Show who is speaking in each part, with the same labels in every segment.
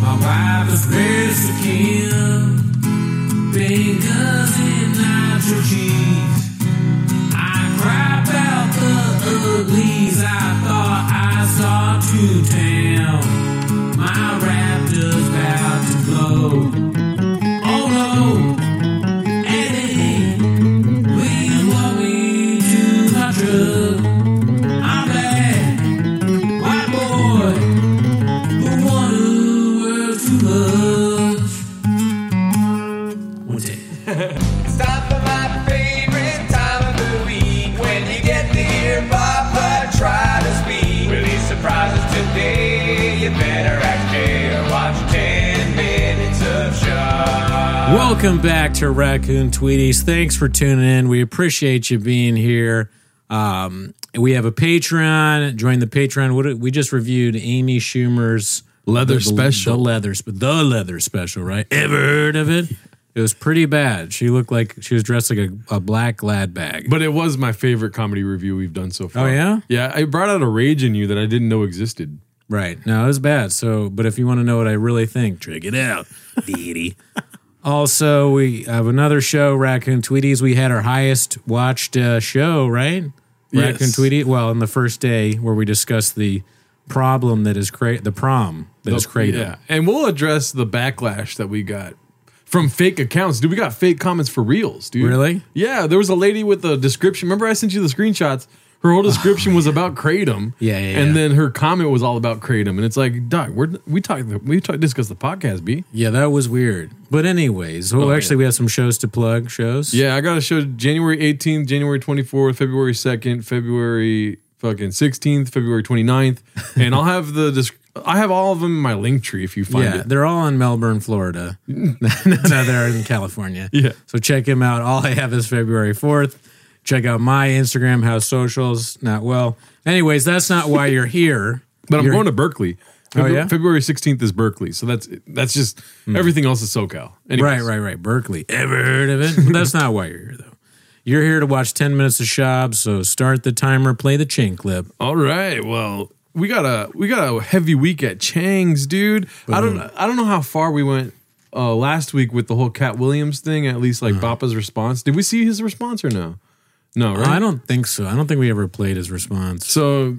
Speaker 1: My wife is Mexican, fingers in nacho cheese. I crap out the uglies. I thought I saw two town. My raptor's about to blow. Oh no, Eddie, please walk me to my truck. I'm back, white boy. Who wanna work too much? One take.
Speaker 2: It's time for my favorite time of the week. When you get to hear Papa try to speak. Will he surprise us today? You better act gay or watch 10 minutes of show.
Speaker 1: Welcome back to Raccoon Tweeties. Thanks for tuning in. We appreciate you being here. Um, we have a Patreon. Join the Patreon. What, we just reviewed Amy Schumer's
Speaker 3: Leather
Speaker 1: the-
Speaker 3: Special.
Speaker 1: The leathers, but the leather special, right? Ever heard of it? It was pretty bad. She looked like she was dressed like a, a black lad bag.
Speaker 3: But it was my favorite comedy review we've done so far.
Speaker 1: Oh, yeah?
Speaker 3: Yeah, it brought out a rage in you that I didn't know existed.
Speaker 1: Right. No, it was bad. So, but if you want to know what I really think, check it out. Deity. also, we have another show, Raccoon Tweeties. We had our highest watched uh, show, right?
Speaker 3: Yes.
Speaker 1: Raccoon Tweety. Well, on the first day where we discussed the problem that is cra- the prom that is Kratom.
Speaker 3: Oh, Yeah. And we'll address the backlash that we got from fake accounts. Dude, we got fake comments for reels, dude.
Speaker 1: Really?
Speaker 3: Yeah. There was a lady with a description. Remember, I sent you the screenshots. Her whole description was about kratom.
Speaker 1: Yeah, yeah,
Speaker 3: And
Speaker 1: yeah.
Speaker 3: then her comment was all about kratom. And it's like, Doc, we're, we talked, we talked, discussed the podcast, B.
Speaker 1: Yeah, that was weird. But anyways, well,
Speaker 3: Oh, yeah.
Speaker 1: actually, we have some shows to plug. Shows.
Speaker 3: Yeah, I got a show January 18th, January 24th, February 2nd, February fucking 16th, February 29th, and I'll have the disc- I have all of them in my link tree if you find
Speaker 1: Yeah,
Speaker 3: it.
Speaker 1: they're all in Melbourne, Florida. no, no, they're in California.
Speaker 3: Yeah.
Speaker 1: So check him out. All I have is February 4th. Check out my Instagram, House Socials. Not well. Anyways, that's not why you're here.
Speaker 3: But I'm
Speaker 1: You're-
Speaker 3: going to Berkeley.
Speaker 1: Oh, yeah?
Speaker 3: February 16th is Berkeley, so that's that's just everything else is
Speaker 1: Right,
Speaker 3: SoCal. Anyways.
Speaker 1: right, right. Berkeley. Ever heard of it? But that's not why you're here, though. You're here to watch 10 minutes of Shab, so start the timer, play the chin clip.
Speaker 3: All right. Well, we got a we got a heavy week at Chang's, dude. I don't I don't know how far we went uh, last week with the whole Cat Williams thing. At least
Speaker 1: Uh-huh.
Speaker 3: like Bappa's response. Did we see his response or no? No, right?
Speaker 1: I don't think so. I don't think we ever played his response.
Speaker 3: So,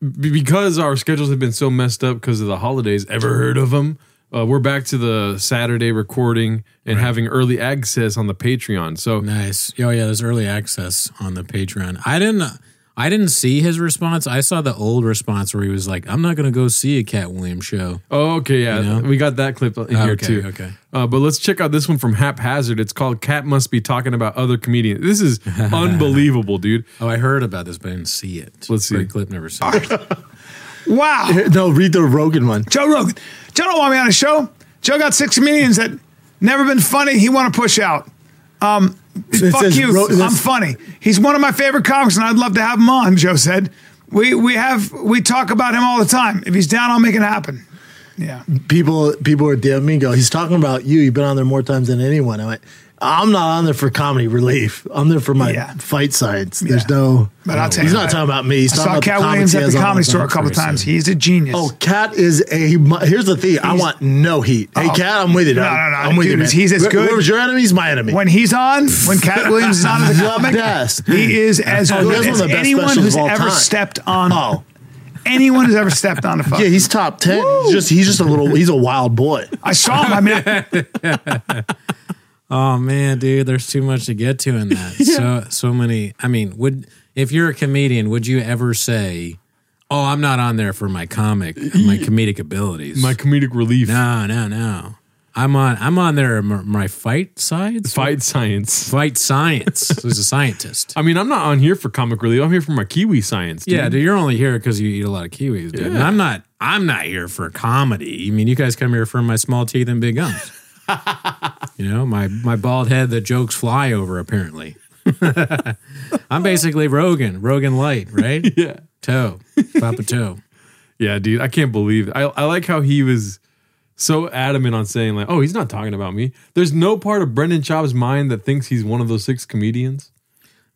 Speaker 3: b- because our schedules have been so messed up because of the holidays, ever heard of them? Uh, we're back to the Saturday recording and having early access on the Patreon. So,
Speaker 1: Nice. Oh, yeah, there's early access on the Patreon. I didn't. I didn't see his response. I saw the old response where he was like, "I'm not going to go see a Cat Williams show."
Speaker 3: oh, okay, yeah,
Speaker 1: You know?
Speaker 3: we got that clip in here
Speaker 1: okay,
Speaker 3: too.
Speaker 1: okay.
Speaker 3: Uh, but let's check out this one from Haphazard. It's called "Cat Must Be Talking About Other Comedians." This is unbelievable, dude.
Speaker 1: Oh, I heard about this, but I didn't see it.
Speaker 3: Let's see.
Speaker 1: Great clip, never seen. it.
Speaker 4: Wow.
Speaker 1: Oh,
Speaker 5: No, read the Rogan one.
Speaker 4: Joe Rogan. Joe don't want me on his show. Joe got six comedians that never been funny. He want to push out. Um,
Speaker 5: it
Speaker 4: fuck
Speaker 5: says
Speaker 4: you.
Speaker 5: Ro-
Speaker 4: I'm
Speaker 5: that's-
Speaker 4: funny. He's one of my favorite comics, and I'd love to have him on. Joe said, "We we have we talk about him all the time. If he's down, I'll make it happen." Yeah.
Speaker 5: People people are DMing me and go, he's talking about you. You've been on there more times than anyone. I went, I'm not on there for comedy relief. I'm there for my
Speaker 4: Yeah.
Speaker 5: fight science. There's
Speaker 4: Yeah.
Speaker 5: no
Speaker 4: But I'll tell
Speaker 5: He's
Speaker 4: you,
Speaker 5: not
Speaker 4: I-
Speaker 5: talking about me. He's
Speaker 4: I
Speaker 5: talking
Speaker 4: saw
Speaker 5: about
Speaker 4: Cat
Speaker 5: the
Speaker 4: Williams at the comedy store a couple
Speaker 5: times.
Speaker 4: times. He's a genius.
Speaker 5: Oh, Cat is a. he mu- Here's the thing. I
Speaker 4: He's-
Speaker 5: want no heat. Hey,
Speaker 4: Oh.
Speaker 5: Cat, I'm with you. dog.
Speaker 4: No, no, no,
Speaker 5: I'm with
Speaker 4: dude,
Speaker 5: you. Man.
Speaker 4: he's as
Speaker 5: Where-
Speaker 4: good-
Speaker 5: Where was your enemy? He's my enemy.
Speaker 4: when he's on, when Cat Williams is on as a
Speaker 5: The
Speaker 4: comic,
Speaker 5: best.
Speaker 4: he is as
Speaker 5: Oh, that's
Speaker 4: good
Speaker 5: one of
Speaker 4: as
Speaker 5: the best
Speaker 4: anyone
Speaker 5: specials of
Speaker 4: who's
Speaker 5: all
Speaker 4: ever
Speaker 5: time.
Speaker 4: stepped on.
Speaker 5: Oh.
Speaker 4: Anyone who's ever stepped on a phone.
Speaker 5: yeah, he's top ten. He's just he's just a little. He's a wild boy.
Speaker 4: I saw him. I mean,
Speaker 1: oh man, dude, there's too much to get to in that. So so many. I mean, would if you're a comedian, would you ever say, "Oh, I'm not on there for my comic, my comedic abilities"?
Speaker 3: My comedic relief,
Speaker 1: no, no, no. I'm on. I'm on there. My, my fight sides.
Speaker 3: fight science.
Speaker 1: Fight science. Who's a scientist?
Speaker 3: I mean, I'm not on here for comic relief. I'm here for my Kiwi science. Dude.
Speaker 1: Yeah, dude, you're only here because you eat a lot of kiwis, dude. And I'm not. I'm not here for comedy. I mean, you guys come here for my small teeth and big gums. you know, my my bald head that jokes fly over. Apparently, I'm basically Rogan, Rogan Light, right?
Speaker 3: yeah.
Speaker 1: Toe, Papa Toe.
Speaker 3: Yeah, dude, I can't believe. I I like how he was so adamant on saying like, "Oh, he's not talking about me." There's no part of Brendan Schaub's mind that thinks he's one of those six comedians.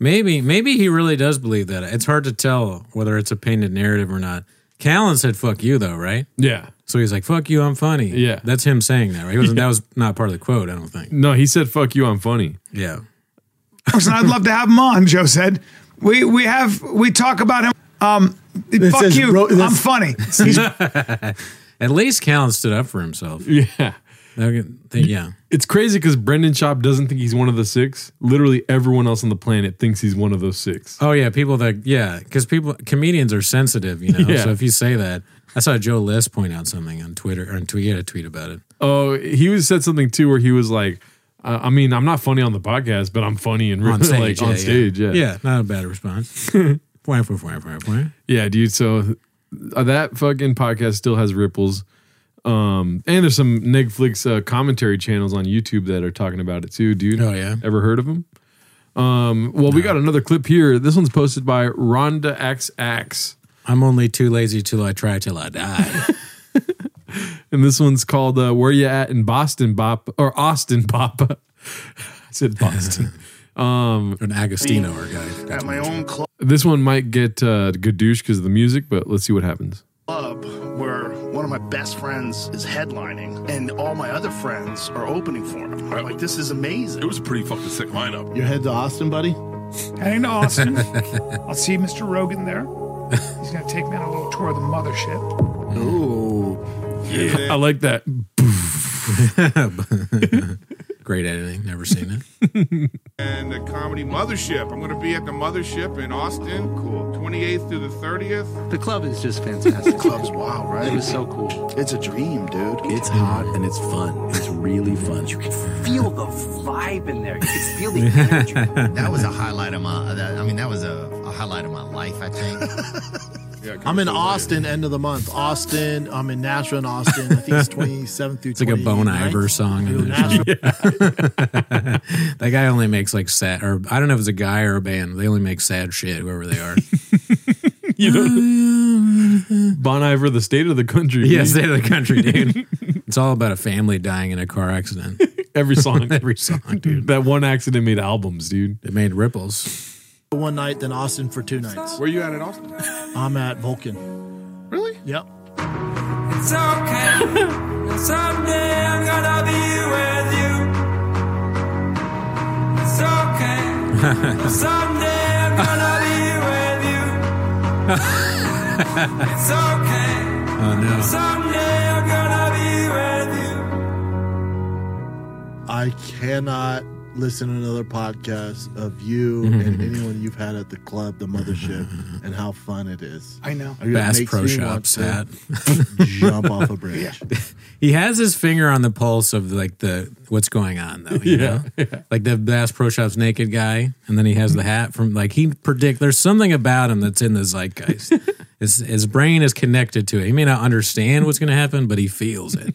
Speaker 1: Maybe, maybe he really does believe that. It's hard to tell whether it's a painted narrative or not. Callan said "fuck you" though, right?
Speaker 3: Yeah.
Speaker 1: So he's like, "Fuck you, I'm funny."
Speaker 3: Yeah.
Speaker 1: that's him saying that. Right? He wasn't, That was not part of the quote, I don't think.
Speaker 3: No, he said, fuck you, I'm funny.
Speaker 1: Yeah,
Speaker 4: Congressman, I'd love to have him on. Joe said, "We we have we talk about him. Um, fuck
Speaker 5: says
Speaker 4: you.
Speaker 5: bro- this-
Speaker 4: I'm funny.
Speaker 1: at least Callan stood up for himself.
Speaker 3: Yeah.
Speaker 1: Okay, th- Yeah,
Speaker 3: It's crazy because Brendan Schaub doesn't think he's one of the six. Literally everyone else on the planet thinks he's one of those six.
Speaker 1: Oh yeah, people that yeah, because people comedians are sensitive, you know.
Speaker 3: Yeah.
Speaker 1: So if you say that, I saw Joe List point out something on Twitter or on tweet, he had a tweet about it.
Speaker 3: Oh, he was said something too where he was like, I I mean, I'm not funny on the podcast, but I'm funny in real
Speaker 1: On stage,
Speaker 3: like on
Speaker 1: yeah,
Speaker 3: stage. Yeah.
Speaker 1: yeah, not a bad response. Wah, wah, wah, wah, wah.
Speaker 3: Yeah, dude. So uh, that fucking podcast still has ripples. Um, and there's some Netflix uh, commentary channels on YouTube that are talking about it too, dude.
Speaker 1: Oh, yeah?
Speaker 3: Ever heard of them? Um, well, we got another clip here. This one's posted by Rhonda XX,
Speaker 1: I'm only too lazy till I try till I die.
Speaker 3: and this one's called uh, "Where You At in Boston, Bop or Austin, Papa." I said Boston.
Speaker 1: An Agostino or guy.
Speaker 6: At my own club
Speaker 3: this one might get uh, gadoosh because of the music, but let's see what happens.
Speaker 6: where one of my best friends is headlining and all my other friends are opening for him. I'm like, this is amazing.
Speaker 7: It was a pretty fucking sick lineup.
Speaker 5: Your head to Austin, buddy?
Speaker 4: Heading to Austin. I'll see Mr. Rogan there. He's gonna take me on a little tour of the mothership.
Speaker 3: I like that.
Speaker 1: Great editing. Never seen it.
Speaker 7: And the comedy Mothership. I'm going to be at the Mothership in Austin. Cool. 28th through the 30th.
Speaker 8: The club is just fantastic.
Speaker 6: Club's wow, right?
Speaker 8: it was so cool.
Speaker 6: it's a dream, dude.
Speaker 9: It's hot and it's fun. It's really fun. You can
Speaker 8: Feel the vibe in there. You can feel the energy.
Speaker 10: That was a highlight of my. That, I mean, that was a, a highlight of my life. I think.
Speaker 7: Yeah, come
Speaker 5: I'm in
Speaker 7: see you
Speaker 5: Austin, end of the month. Austin. I'm in Nashville and Austin. I think it's 27th through
Speaker 1: It's like a Bone Iver song. In there.
Speaker 5: Nashville.
Speaker 1: That guy only makes like sad, or I don't know if it's a guy or a band. They only make sad shit, whoever they are.
Speaker 3: You know, Bon Iver, the state of the country.
Speaker 1: yeah,
Speaker 3: dude.
Speaker 1: state of the country, dude. It's all about a family dying in a car accident.
Speaker 3: every song.
Speaker 1: Every song, dude.
Speaker 3: That one accident made albums, dude.
Speaker 1: It made ripples.
Speaker 5: One night, then Austin for two nights.
Speaker 7: later. Where you at in Austin?
Speaker 5: I'm at Vulcan. Really? Yep.
Speaker 2: It's okay. Someday I'm gonna be with you. It's okay. Someday I'm gonna be with you. It's okay.
Speaker 1: Oh no.
Speaker 2: Someday I'm gonna be with you.
Speaker 5: I cannot listen to another podcast of you and anyone you've had at the club, the mothership, and how fun it is.
Speaker 4: I know.
Speaker 5: It
Speaker 1: Bass
Speaker 5: makes
Speaker 1: Pro
Speaker 5: me want
Speaker 1: Shops
Speaker 5: to
Speaker 1: hat.
Speaker 5: Jump off a bridge.
Speaker 1: He has his finger on the pulse of like the what's going on though. You
Speaker 3: Yeah,
Speaker 1: know? Like the Bass Pro Shops naked guy, and then he has the hat from like he predict there's something about him that's in the zeitgeist. his his brain is connected to it. He may not understand what's gonna happen, but he feels it.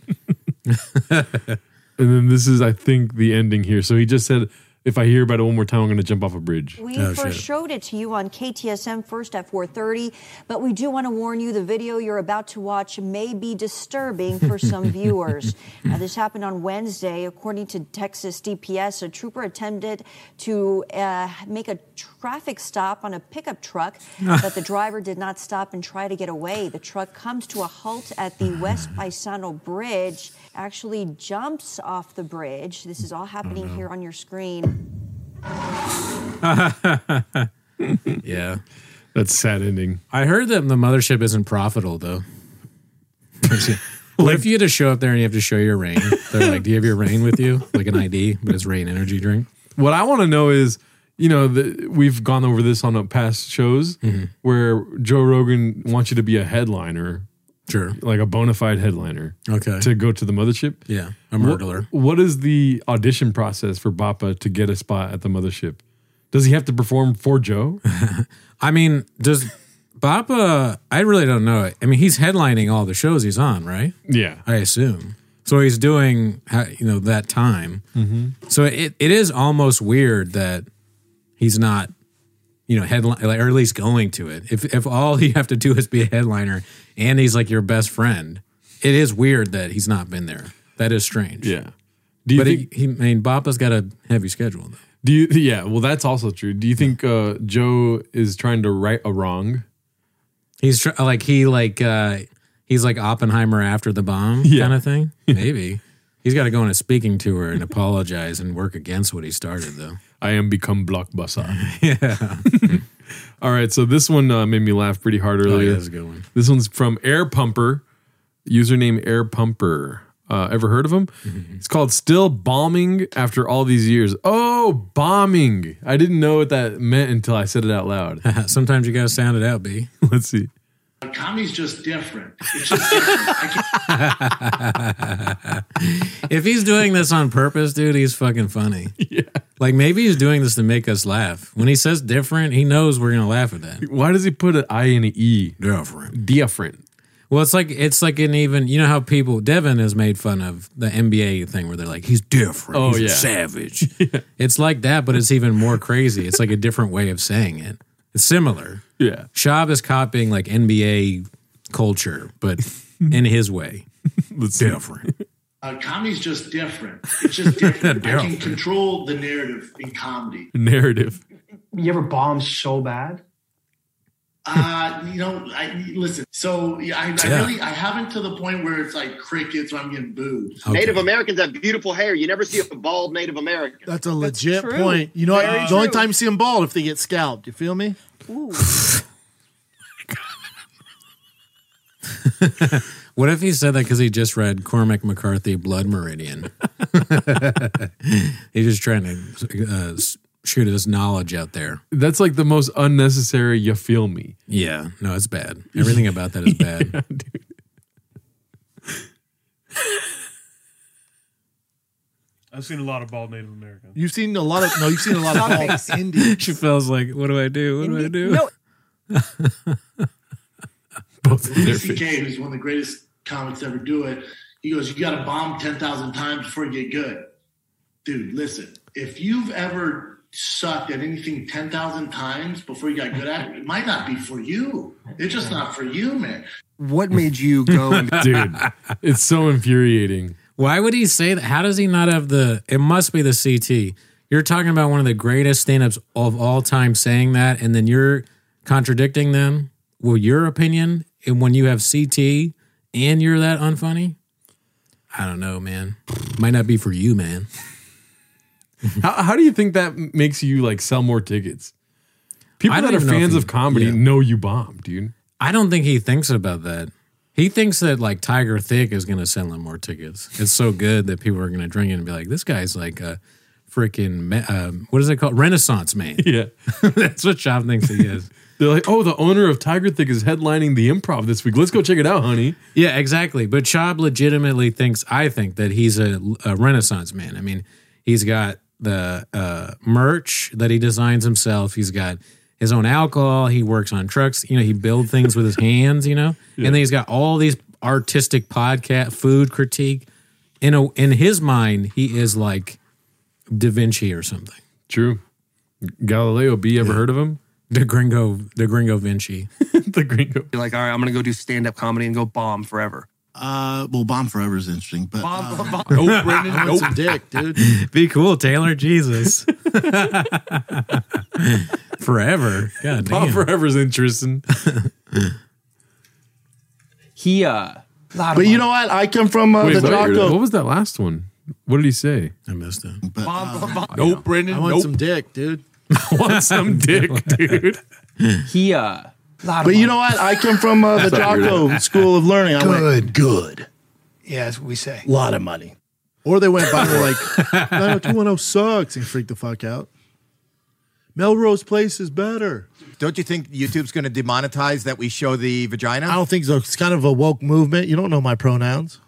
Speaker 3: And then this is, I think, the ending here. So he just said, if I hear about it one more time, I'm going to jump off a bridge.
Speaker 11: We
Speaker 1: Oh,
Speaker 11: first
Speaker 1: shit.
Speaker 11: showed it to you on KTSM first at 4:30, but we do want to warn you: the video you're about to watch may be disturbing for some viewers. Uh, this happened on Wednesday, according to Texas DPS. A trooper attempted to uh, make a traffic stop on a pickup truck, but the driver did not stop and try to get away. The truck comes to a halt at the West Paisano Bridge. Actually, jumps off the bridge. This is all
Speaker 1: Oh,
Speaker 11: happening here on your screen.
Speaker 1: Yeah.
Speaker 3: That's a sad ending.
Speaker 1: I heard that the mothership isn't profitable though. what if you had to show up there and you have to show your rain? They're like, Do you have your rain with you? Like an ID, but it's rain energy drink.
Speaker 3: What I want to know is, you know, the, we've gone over this on uh, past shows
Speaker 1: Mm-hmm.
Speaker 3: where Joe Rogan wants you to be a headliner,
Speaker 1: Sure.
Speaker 3: like a bona fide headliner,
Speaker 1: Okay.
Speaker 3: to go to the mothership.
Speaker 1: yeah. A murderer.
Speaker 3: What is the audition process for Bappa to get a spot at the mothership? Does he have to perform for Joe?
Speaker 1: I mean, does Bappa? I really don't know. I mean, he's headlining all the shows he's on, right?
Speaker 3: yeah.
Speaker 1: I assume. So he's doing, ha- you know, that time. So it, it is almost weird that he's not, you know, headline like, or at least going to it. If if all you have to do is be a headliner and he's like your best friend, it is weird that he's not been there. That is strange.
Speaker 3: yeah. Do you
Speaker 1: But
Speaker 3: think,
Speaker 1: he, he, I mean, Bappa's got a heavy schedule. Though.
Speaker 3: Do you? Yeah. Well, that's also true. Do you think uh, Joe is trying to right a wrong?
Speaker 1: He's tr- like he like uh he's like Oppenheimer after the bomb kind of thing. Maybe he's got to go on a speaking tour and apologize and work against what he started though.
Speaker 3: I am become blockbuster. yeah. All right. So this one uh, made me laugh pretty hard
Speaker 1: Oh, yeah,
Speaker 3: earlier.
Speaker 1: that's a good one.
Speaker 3: This one's from Air Pumper, username Air Pumper. Uh, ever heard of him?
Speaker 1: Mm-hmm.
Speaker 3: It's called Still Bombing After All These Years. Oh, bombing. I didn't know what that meant until I said it out loud.
Speaker 1: Sometimes you got to sound it out, B.
Speaker 3: Let's see.
Speaker 6: Comedy's just different. It's just different. I can't-
Speaker 1: if he's doing this on purpose, dude, he's fucking funny. Yeah. Like maybe he's doing this to make us laugh. When he says different, he knows we're gonna laugh at that.
Speaker 3: Why does he put an I and an E?
Speaker 1: Different.
Speaker 3: Different.
Speaker 1: Well, it's like it's like an even you know how people Devin has made fun of the NBA thing where they're like he's different,
Speaker 3: Oh,
Speaker 1: he's
Speaker 3: yeah.
Speaker 1: savage. It's like that, but it's even more crazy. It's like a different way of saying it. It's similar.
Speaker 3: Yeah.
Speaker 1: Shab is copying like NBA culture, but in his way. different.
Speaker 6: Uh, comedy's just different. It's just different. I can
Speaker 1: Different.
Speaker 6: control the narrative in comedy.
Speaker 3: Narrative.
Speaker 12: You ever bomb so bad?
Speaker 6: Uh, you know, I listen. So yeah, I, I
Speaker 12: Yeah.
Speaker 6: really I haven't to the point where it's like crickets when I'm getting booed.
Speaker 13: Native Americans have beautiful hair. You never see a bald Native American.
Speaker 5: That's a legit
Speaker 13: true.
Speaker 5: point. You know, what?
Speaker 13: Very
Speaker 5: the only
Speaker 13: true.
Speaker 5: time you see them bald if they get scalped. You feel me?
Speaker 1: What if he said that because he just read Cormac McCarthy Blood Meridian? He's just trying to uh, s- shoot his knowledge out there.
Speaker 3: That's like the most unnecessary you feel me.
Speaker 1: Yeah, no, it's bad. Everything about that is bad.
Speaker 14: I've seen a lot of bald Native Americans.
Speaker 5: You've seen a lot of no. You've seen a lot of bald Indians.
Speaker 1: She feels like, what do I do? What do I do?
Speaker 5: No.
Speaker 3: Both of their
Speaker 6: Louis
Speaker 3: faces.
Speaker 6: C.K., who's one of the greatest comics to ever do it, he goes, "You got to bomb ten thousand times before you get good." Dude, listen. If you've ever sucked at anything ten thousand times before you got good at it, it might not be for you. It's just not for you, man.
Speaker 12: What made you
Speaker 6: go
Speaker 12: and-
Speaker 3: dude? It's so infuriating.
Speaker 1: Why would he say that? How does he not have the? It must be the CT. You're talking about one of the greatest stand-ups of all time saying that, and then you're contradicting them with your opinion. And when you have CT and you're that unfunny, I don't know, man. Might not be for you, man.
Speaker 3: how, how do you think that m- makes you like sell more tickets? People
Speaker 1: I
Speaker 3: that
Speaker 1: don't
Speaker 3: are
Speaker 1: even know if
Speaker 3: fans
Speaker 1: he-
Speaker 3: of comedy
Speaker 1: yeah.
Speaker 3: know you bomb, dude.
Speaker 1: I don't think he thinks about that. He thinks that like Tiger Thick is going to sell him more tickets. It's so good that people are going to drink it and be like, "This guy's like a freaking me- uh, what is it called? Renaissance man."
Speaker 3: Yeah,
Speaker 1: that's what Shop thinks he is.
Speaker 3: They're like, oh, the owner of Tiger Thick is headlining the improv this week. Let's go check it out, honey.
Speaker 1: Yeah, exactly. But Schaub legitimately thinks, I think, that he's a, a Renaissance man. I mean, he's got the uh, merch that he designs himself. He's got his own alcohol. He works on trucks. You know, he builds things with his hands. You know, and then he's got all these artistic podcast, food critique. In a, in his mind, he is like Da Vinci or something.
Speaker 3: True. Galileo B. Ever heard of him?
Speaker 1: The Gringo, the Gringo Vinci.
Speaker 3: the Gringo.
Speaker 12: You're like, all right, I'm gonna go do stand up comedy and go bomb forever.
Speaker 15: Uh, well, Bomb Forever is interesting, but
Speaker 12: Bomb-
Speaker 15: uh,
Speaker 12: bomb-
Speaker 3: Oh,
Speaker 15: Nope,
Speaker 12: Brendan,
Speaker 15: nope.
Speaker 12: nope.
Speaker 5: Dick, dude.
Speaker 1: Be cool, Taylor. Jesus. Forever. God
Speaker 3: Bomb
Speaker 1: damn.
Speaker 3: forever's interesting.
Speaker 12: he uh
Speaker 5: But you know what? I come from uh,
Speaker 3: Wait,
Speaker 5: the
Speaker 3: what,
Speaker 5: Jocko.
Speaker 3: what was that last one? What did he say?
Speaker 1: I missed it.
Speaker 3: Nope, Brendan.
Speaker 5: I want
Speaker 3: nope.
Speaker 5: some dick, dude.
Speaker 3: I want some dick, dude.
Speaker 12: He uh
Speaker 5: But you know what? I come from uh, the Jocko School of Learning. I went good.
Speaker 4: Yeah, that's what we say.
Speaker 5: A lot of money. Or they went by and were like, 90210 sucks and freaked the fuck out. Melrose Place is better.
Speaker 16: Don't you think YouTube's going to demonetize that we show the vagina?
Speaker 5: I don't think so. It's kind of a woke movement. You don't know my pronouns.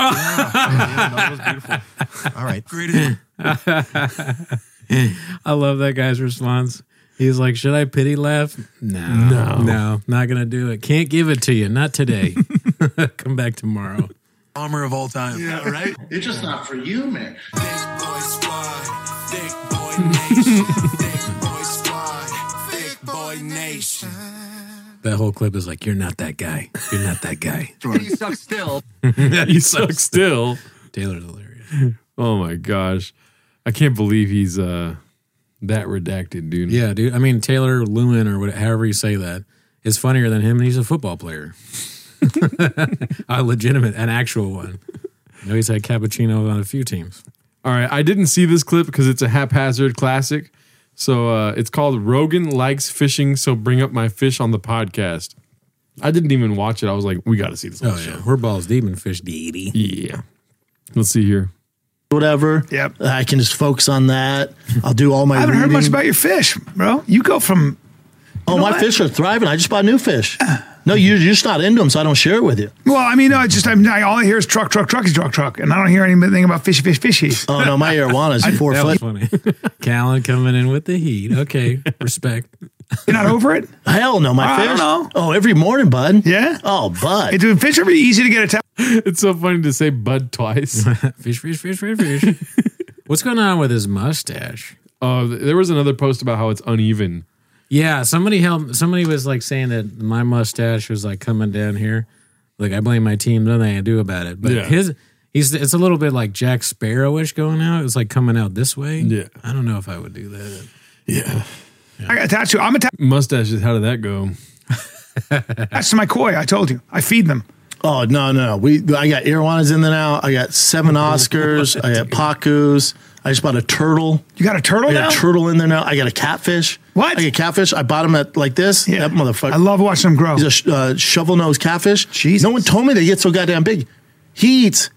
Speaker 16: All right.
Speaker 1: I love that guy's response. He's like, "Should I pity laugh? No, no, no, not gonna do it. Can't give it to you. Not today. Come back tomorrow."
Speaker 15: bomber of all time.
Speaker 6: Yeah, right. It's just not for you, man.
Speaker 1: That whole clip is like, "You're not that guy. You're not that guy.
Speaker 12: you suck still.
Speaker 3: you suck still.
Speaker 1: Taylor's hilarious.
Speaker 3: Oh my gosh. I can't believe he's uh that redacted, dude.
Speaker 1: Yeah, dude. I mean, Taylor Lewin or whatever, however you say that is funnier than him, and he's a football player. a legitimate, an actual one. I know he's had cappuccino on a few teams.
Speaker 3: All right, I didn't see this clip because it's a haphazard classic. So uh, it's called Rogan likes fishing, so bring up my fish on the podcast. I didn't even watch it. I was like, we got to see this.
Speaker 1: Oh, yeah. We're balls deep in fish, E deity.
Speaker 3: Yeah. Let's see here.
Speaker 5: Whatever. Yep. I can just focus on that. I'll do all my.
Speaker 4: I haven't heard much
Speaker 5: reading.
Speaker 4: about your fish, bro. You go from.
Speaker 5: Oh,
Speaker 4: know
Speaker 5: my
Speaker 4: what?
Speaker 5: fish are thriving. I just bought new fish. No, you- you're just not into them, so I don't share it with you.
Speaker 4: Well, I mean, no, I just I'm, I, all I hear is truck, truck, trucky, truck, truck, and I don't hear anything about fishy, fish, fishies.
Speaker 5: Oh no, my arowana is four
Speaker 1: that
Speaker 5: foot.
Speaker 1: was funny. Callan coming in with the heat. Okay, respect.
Speaker 4: You're not over it?
Speaker 5: Hell no, my
Speaker 1: I
Speaker 5: fish.
Speaker 1: don't
Speaker 5: know. Oh, every morning, bud.
Speaker 4: Yeah.
Speaker 5: Oh, bud.
Speaker 4: Dude, fish are pretty easy to get attacked.
Speaker 3: It's so funny to say bud twice.
Speaker 1: fish, fish, fish, fish, fish. What's going on with his mustache?
Speaker 3: Uh, there was another post about how it's uneven.
Speaker 1: Yeah, somebody helped. Somebody was like saying that my mustache was like coming down here. Like I blame my team. Nothing I do about it. But
Speaker 3: Yeah.
Speaker 1: his, he's it's a little bit like Jack Sparrowish going out. It's like coming out this way.
Speaker 3: Yeah.
Speaker 1: I don't know if I would do that.
Speaker 3: Yeah.
Speaker 4: I got attached to. I'm attached
Speaker 3: Mustaches, how did that go?
Speaker 4: to my koi. I told you, I feed them.
Speaker 5: Oh no, no, no. We I got arowanas in there now. I got seven Oscars. I got pakus. I just bought a turtle.
Speaker 4: You got a turtle
Speaker 5: I got
Speaker 4: now?
Speaker 5: a turtle in there now. I got a catfish. What? I got catfish. I bought him at like this. That motherfucker. I
Speaker 4: love watching him grow.
Speaker 5: He's a sh- uh, shovel nosed catfish. Jeez. No one told me they get so goddamn big. He eats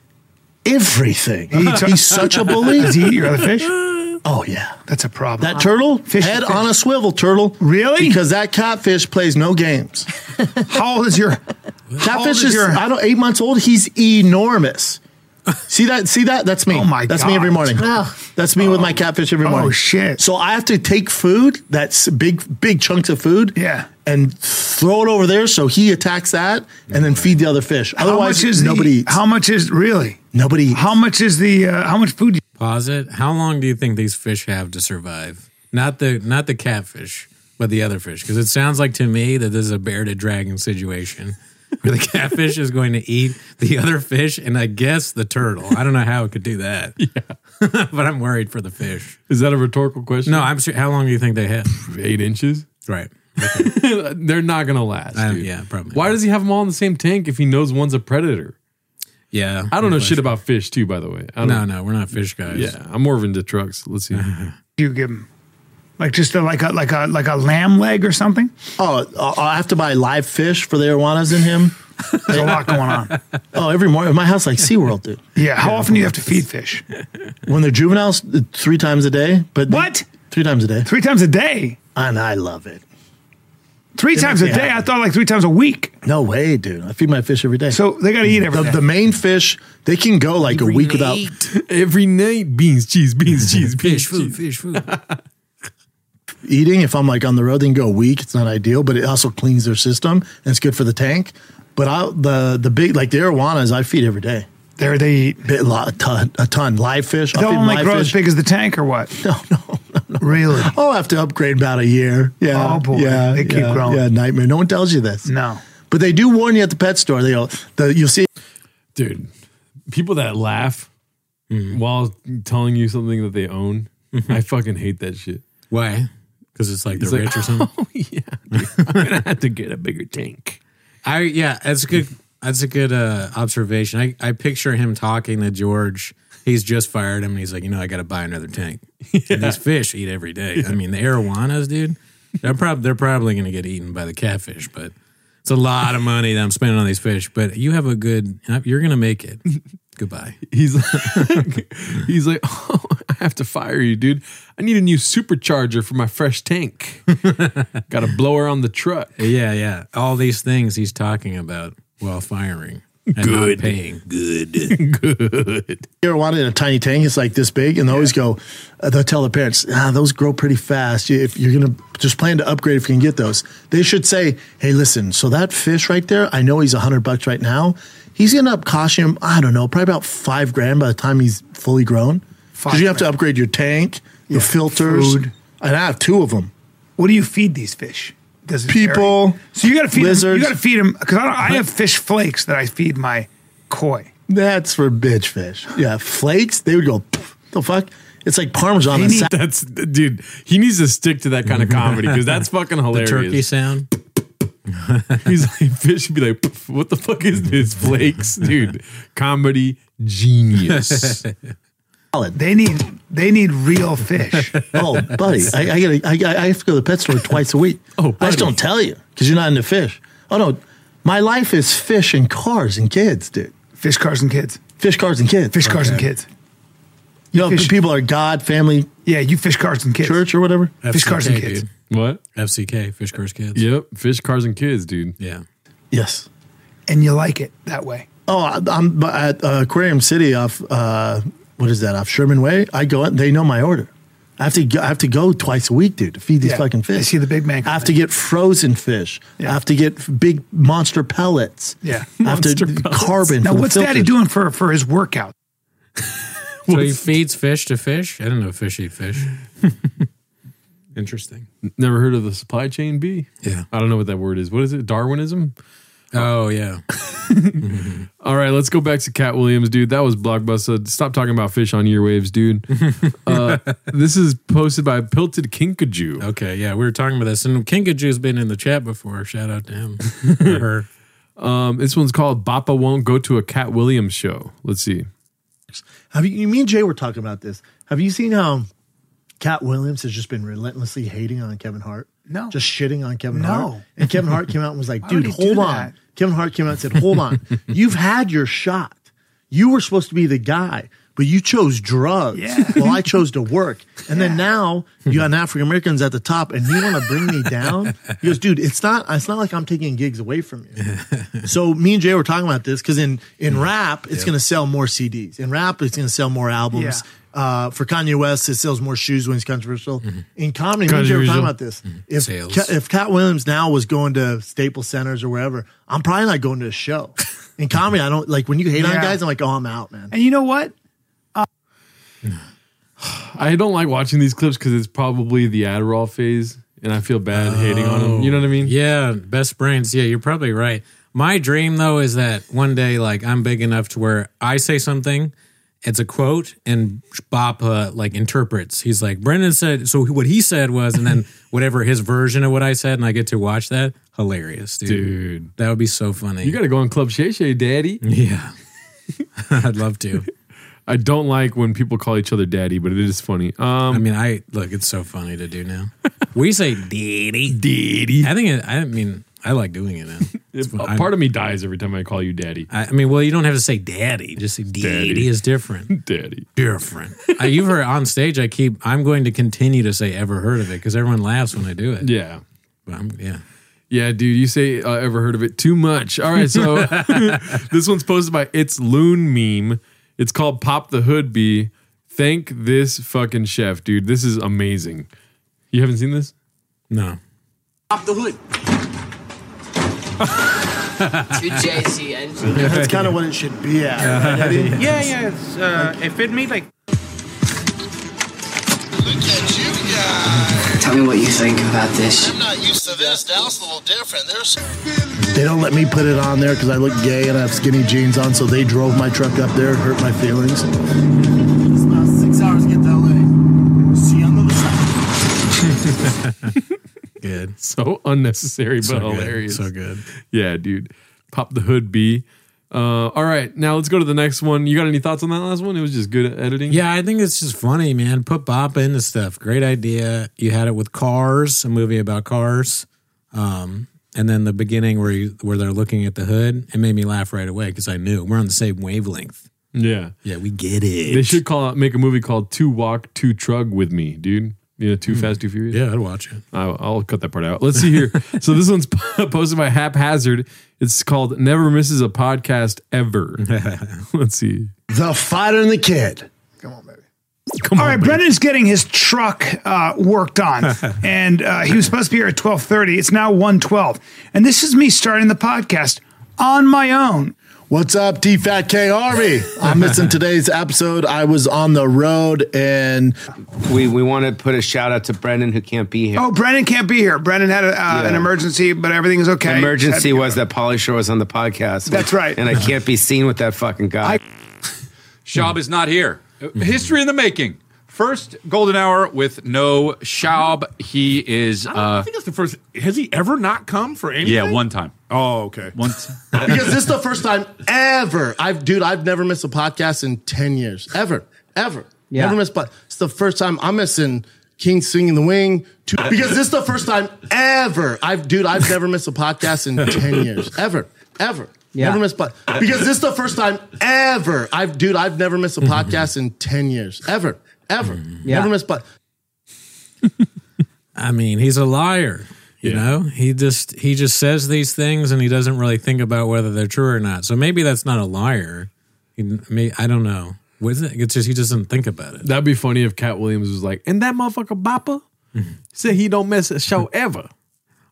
Speaker 5: everything.
Speaker 4: He eats-
Speaker 5: He's such a bully.
Speaker 4: Does he eat your other fish?
Speaker 5: Oh yeah.
Speaker 4: That's a problem.
Speaker 5: That turtle
Speaker 4: Fish-
Speaker 5: head
Speaker 4: fish.
Speaker 5: on a swivel, turtle. Really? Because that catfish plays no games.
Speaker 4: How old is your how old
Speaker 5: catfish? Is
Speaker 4: your-
Speaker 5: I don't eight months old. He's enormous. See that? See that? That's me. Oh my That's me every
Speaker 4: God.
Speaker 5: morning. That's me with my catfish every morning. Oh
Speaker 4: shit!
Speaker 5: So I have to take food that's big, big chunks of food. Yeah. And throw it over there so he attacks that, and then feed the other fish. Otherwise,
Speaker 4: how much is
Speaker 5: nobody
Speaker 4: the,
Speaker 5: eats.
Speaker 4: How much is really
Speaker 5: nobody?
Speaker 4: How much is the uh, how much food? do
Speaker 1: Pause it. How long do you think these fish have to survive? Not the not the catfish, but the other fish. Because it sounds like to me that this is a bear to dragon situation where the catfish is going to eat the other fish and I guess the turtle. I don't know how it could do that. Yeah. but I'm worried for the fish.
Speaker 3: Is that a rhetorical question?
Speaker 1: No, I'm sure. How long do you think they have?
Speaker 3: Eight inches?
Speaker 1: Right.
Speaker 3: They're not going to last.
Speaker 1: I-
Speaker 3: dude.
Speaker 1: yeah, probably
Speaker 3: Why does he have them all in the same tank if he knows one's a predator?
Speaker 1: Yeah.
Speaker 3: I don't know
Speaker 1: good
Speaker 3: shit
Speaker 1: question.
Speaker 3: about fish, too, by the way. I don't
Speaker 1: No, no, we're not fish guys.
Speaker 3: Yeah, I'm more of into trucks. Let's see.
Speaker 4: You give him like just a, like a like a like a lamb leg or something.
Speaker 5: Oh, I- I have to buy live fish for the arowanas in him.
Speaker 4: There's a lot going on.
Speaker 5: Oh, every morning. My house like SeaWorld, dude.
Speaker 4: Yeah. How often do you have to feed fish?
Speaker 5: When they're juveniles, th- three times a day. But what? Three times a day.
Speaker 4: Three times a day.
Speaker 5: And I love it.
Speaker 4: Three
Speaker 5: It
Speaker 4: times a
Speaker 5: makes me
Speaker 4: day. I
Speaker 5: happy.
Speaker 4: thought like three times a week.
Speaker 5: No way, dude. I feed my fish every day.
Speaker 4: So they got to eat every
Speaker 5: the,
Speaker 4: day.
Speaker 5: the main fish, they can go like a week without.
Speaker 3: Every night, beans, cheese, beans, cheese,
Speaker 1: Fish
Speaker 3: beans,
Speaker 1: food, fish food.
Speaker 5: eating. If I'm like on the road, they can go a week. It's not ideal, but it also cleans their system and it's good for the tank. But I, the the big like the arowanas, I feed every day.
Speaker 4: There they eat
Speaker 5: Bit, lot, a ton, a ton live fish. I
Speaker 4: They'll
Speaker 5: feed
Speaker 4: only
Speaker 5: live
Speaker 4: grow as
Speaker 5: fish.
Speaker 4: big as the tank or what?
Speaker 5: No,
Speaker 4: no, no. Really?
Speaker 5: I'll have to upgrade about a year. Yeah.
Speaker 4: Oh, boy.
Speaker 5: Yeah.
Speaker 4: They keep
Speaker 5: yeah,
Speaker 4: growing.
Speaker 5: Yeah. Nightmare. No one tells you this.
Speaker 4: No.
Speaker 5: But they do warn you at the pet store. They go, the, you'll see
Speaker 3: Dude, people that laugh while telling you something that they own, I fucking hate that shit.
Speaker 1: Why? Because it's like
Speaker 3: It's
Speaker 1: the
Speaker 3: like,
Speaker 1: rich or something.
Speaker 3: Oh yeah, dude, I'm gonna have to get a bigger tank.
Speaker 1: I yeah, that's a good that's a good uh, observation. I, I picture him talking to George. He's just fired him and he's like, you know, I gotta buy another tank. And these fish eat every day. I mean the arowanas, dude, they're probably they're probably gonna get eaten by the catfish, but it's a lot of money that I'm spending on these fish. But you have a good you're gonna make it. Goodbye.
Speaker 3: He's like, he's like, oh, I have to fire you, dude. I need a new supercharger for my fresh tank. Got a blower on the truck.
Speaker 1: Yeah, yeah. All these things he's talking about while firing. And
Speaker 5: Good.
Speaker 1: Not paying. Good.
Speaker 3: Good.
Speaker 5: marijuana in a tiny tank. It's like this big, and they always go. Uh, they'll tell the parents, ah, "Those grow pretty fast. You- If you're gonna just plan to upgrade, if you can get those, they should say, hey, listen. So that fish right there, I know he's a hundred bucks right now. He's gonna up costing him, I don't know, probably about five grand by the time he's fully grown. Because you have to upgrade your tank, your filters,
Speaker 4: food.
Speaker 5: and I have two of them.
Speaker 4: What do you feed these fish? Does it
Speaker 5: People,
Speaker 4: vary? So you got to feed
Speaker 5: lizards.
Speaker 4: Them, you got to feed them because I, don't- I have fish flakes that I feed my koi.
Speaker 5: That's for bitch fish. Yeah, flakes. They would go. "Pff, The fuck. It's like parmesan. and sa-
Speaker 3: that's dude. He needs to stick to that kind of comedy because that's fucking
Speaker 1: The
Speaker 3: hilarious.
Speaker 1: turkey sound.
Speaker 3: He's like, fish would be like, "Pff, what the fuck is this, Flakes? Dude, comedy genius.
Speaker 4: They need they need real fish.
Speaker 5: oh, buddy, I, I gotta, I, I have to go to the pet store twice a week. Oh, I just don't tell you because you're not into fish. Oh no, my life is fish and cars and kids, dude.
Speaker 4: Fish, cars, and kids.
Speaker 5: Fish, cars, and kids.
Speaker 4: Fish, cars, and kids.
Speaker 5: You know, people are God, family.
Speaker 4: Yeah, you fish, cars, and kids.
Speaker 5: Church or whatever.
Speaker 4: Fish, cars, and kids.
Speaker 3: What?
Speaker 1: FCK, Fish Cars Kids.
Speaker 3: Yep. Fish, cars, and kids, dude.
Speaker 1: Yeah.
Speaker 5: Yes.
Speaker 4: And you like it that way.
Speaker 5: Oh, I- I'm but at uh, Aquarium City off. Uh, what is that off Sherman Way? I go out. They know my order. I have to. Go, I have to go twice a week, dude, to feed these
Speaker 4: Yeah,
Speaker 5: fucking
Speaker 4: I
Speaker 5: fish.
Speaker 4: see the big man
Speaker 5: I have to get frozen fish. I have to get f- big monster pellets.
Speaker 4: Yeah.
Speaker 5: I have to carbon.
Speaker 4: Now,
Speaker 5: for the
Speaker 4: what's daddy
Speaker 5: filters.
Speaker 4: doing for, for his workout?
Speaker 1: So he feeds fish to fish? I didn't know fish eat fish. Interesting.
Speaker 3: Never heard of the supply chain B?
Speaker 1: Yeah.
Speaker 3: I don't know what that word is. What is it? Darwinism?
Speaker 1: Oh, yeah.
Speaker 3: All right, let's go back to Cat Williams, dude. That was blockbuster. Stop talking about fish on your waves, dude. uh, this is posted by Pilted Kinkajou.
Speaker 1: Okay, yeah, we were talking about this, and Kinkajou's been in the chat before. Shout out to him. Or her.
Speaker 3: Um, this one's called Bappa Won't Go to a Cat Williams Show. Let's see.
Speaker 5: Have you, you? Me and Jay were talking about this. Have you seen how Cat Williams has just been relentlessly hating on Kevin Hart?
Speaker 4: No.
Speaker 5: just shitting on Kevin
Speaker 4: No.
Speaker 5: Hart. And Kevin Hart came out and was like,
Speaker 4: Why would
Speaker 5: "Dude,
Speaker 4: he do
Speaker 5: hold on."
Speaker 4: that?
Speaker 5: Kevin Hart came out and said, "Hold on, you've had your shot. You were supposed to be the guy, but you chose drugs. Well, I chose to work, and then now you got African Americans at the top, and you want to bring me down." He goes, "Dude, it's not. It's not like I'm taking gigs away from you." so me and Jay were talking about this because in
Speaker 1: Mm-hmm.
Speaker 5: in rap, it's going to sell more CDs. In rap, it's going to sell more albums. Uh, for Kanye West, it sells more shoes when he's controversial. In comedy, me and Jay were
Speaker 1: Mm-hmm. Controversial.
Speaker 5: talking
Speaker 1: Mm-hmm.
Speaker 5: about this. If
Speaker 1: Sales.
Speaker 5: Ca- if Cat Williams now was going to Staples Centers or wherever, I'm probably not going to a show. In comedy, I don't like when you hate on
Speaker 4: Yeah.
Speaker 5: guys. I'm like, oh, I'm out, man.
Speaker 4: And you know what?
Speaker 3: I don't like watching these clips because it's probably the Adderall phase, and I feel bad hating on them. You know what I mean?
Speaker 1: Yeah, best brains. Yeah, you're probably right. My dream though is that one day, like, I'm big enough to where I say something, it's a quote, and Bappa like interprets. He's like, Brendan said. So what he said was, and then whatever his version of what I said, and I get to watch that. Hilarious, dude.
Speaker 3: Dude.
Speaker 1: That would be so funny.
Speaker 3: You got to go on Club Shay Shay, daddy.
Speaker 1: Yeah. I'd love to.
Speaker 3: I don't like when people call each other daddy, but it is funny. Um,
Speaker 1: I mean, I look. It's so funny to do now. We say daddy, daddy. I think. It, I mean, I like doing it now. It's fun.
Speaker 3: part of me dies every time I call you daddy.
Speaker 1: I, I mean, well, you don't have to say daddy. Just say daddy,
Speaker 3: Daddy.
Speaker 1: is different.
Speaker 3: Daddy.
Speaker 1: Different. I, you've heard on stage. I keep. I'm going to continue to say "ever heard of it" because everyone laughs when I do it.
Speaker 3: Yeah.
Speaker 1: But I'm, yeah.
Speaker 3: Yeah, dude, you say uh, ever heard of it too much. All right, so this one's posted by It's Loon Meme. It's called Pop the Hood Bee. Thank this fucking chef, dude. This is amazing. You haven't seen this?
Speaker 1: No.
Speaker 17: Pop the hood. to JC and
Speaker 5: That's kind of what it should be at. right, Eddie?
Speaker 17: yeah, yeah. It's, uh, if it made like.
Speaker 18: Tell me what you think about this.
Speaker 5: They don't let me put it on there because I look gay and I have skinny jeans on, so they drove my truck up there and hurt my feelings.
Speaker 18: It's about six hours to get to LA. See you on the other side.
Speaker 1: Good.
Speaker 3: So unnecessary, but
Speaker 1: So good.
Speaker 3: hilarious.
Speaker 1: So good.
Speaker 3: Yeah, dude. Pop the Hood Bee. Uh, all right, now let's go to the next one. You got any thoughts on that last one? It was just good editing.
Speaker 1: Yeah, I think it's just funny, man. Put Bop into stuff. Great idea. You had it with Cars, a movie about cars. Um, and then the beginning where you, where they're looking at the hood, it made me laugh right away because I knew we're on the same wavelength.
Speaker 3: Yeah.
Speaker 1: Yeah, we get it.
Speaker 3: They should call make a movie called Two Walk, Two Trug with Me, dude. You know, Too Fast, Too Furious.
Speaker 1: Hmm. Yeah, I'd watch it.
Speaker 3: I, I'll cut that part out. Let's see here. so this one's posted by Haphazard. It's called "Never Misses a Podcast Ever." Let's see.
Speaker 5: The fighter and the kid.
Speaker 4: All right, Brendan's getting his truck uh, worked on, and uh, he was supposed to be here at twelve thirty. It's now one twelve, and this is me starting the podcast on my own.
Speaker 5: What's up, T Fat K Army? I'm missing today's episode. I was on the road and
Speaker 19: We we want to put a shout out to Brendan who can't be here.
Speaker 4: Oh, Brendan can't be here. Brendan had a, uh, an
Speaker 19: Yeah.
Speaker 4: emergency, but everything is okay.
Speaker 19: Emergency was that Polly Shore was on the podcast.
Speaker 4: That's right.
Speaker 19: And I can't be seen with that fucking guy.
Speaker 20: Mm-hmm.
Speaker 21: Shab is not here. History in the making. First golden hour with no Schaub. He is. Uh, I think
Speaker 20: it's the first. Has he ever not come for anything?
Speaker 21: Yeah, one time.
Speaker 20: Oh, okay.
Speaker 21: One.
Speaker 5: because this is the first time ever I've dude I've never missed a podcast in ten years ever ever
Speaker 2: Yeah.
Speaker 5: never missed but it's the first time I'm missing King swinging the wing two, because this is the first time ever I've dude I've never missed a podcast in ten years ever ever
Speaker 2: Yeah.
Speaker 5: never missed but because this is the first time ever I've dude I've never missed a podcast in ten years ever ever
Speaker 1: Yeah.
Speaker 5: never missed but
Speaker 1: I mean, he's a liar. You know, he just he just says these things and he doesn't really think about whether they're true or not. So maybe that's not a liar. He, may, I don't know. What is it? It's just he doesn't think about it.
Speaker 3: That'd be funny if Cat Williams was like, and that motherfucker Bopper
Speaker 1: Hmm.
Speaker 3: said he don't miss a show ever.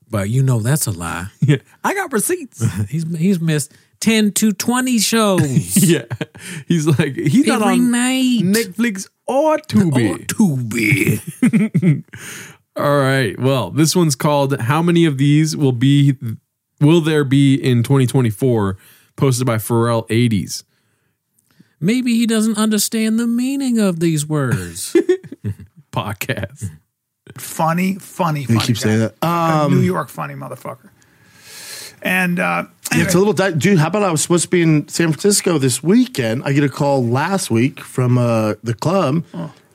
Speaker 1: But you know that's a lie.
Speaker 3: Yeah, I got receipts.
Speaker 1: he's he's missed ten to twenty shows.
Speaker 3: yeah, he's like he's not
Speaker 1: Every
Speaker 3: on
Speaker 1: night. Oh,
Speaker 3: Netflix or Tubi. Or
Speaker 1: Tubi.
Speaker 3: All right. Well, this one's called "How many of these will be will there be in 2024?" Posted by Pharrell 80s.
Speaker 1: Maybe he doesn't understand the meaning of these words.
Speaker 3: podcast.
Speaker 4: Funny, funny,
Speaker 5: They
Speaker 4: funny.
Speaker 5: keep
Speaker 4: guy.
Speaker 5: saying that.
Speaker 4: A
Speaker 5: Um,
Speaker 4: New York funny motherfucker. And uh,
Speaker 5: Yeah, it's a little di- dude. How about I was supposed to be in San Francisco this weekend? I get a call last week from uh, the club,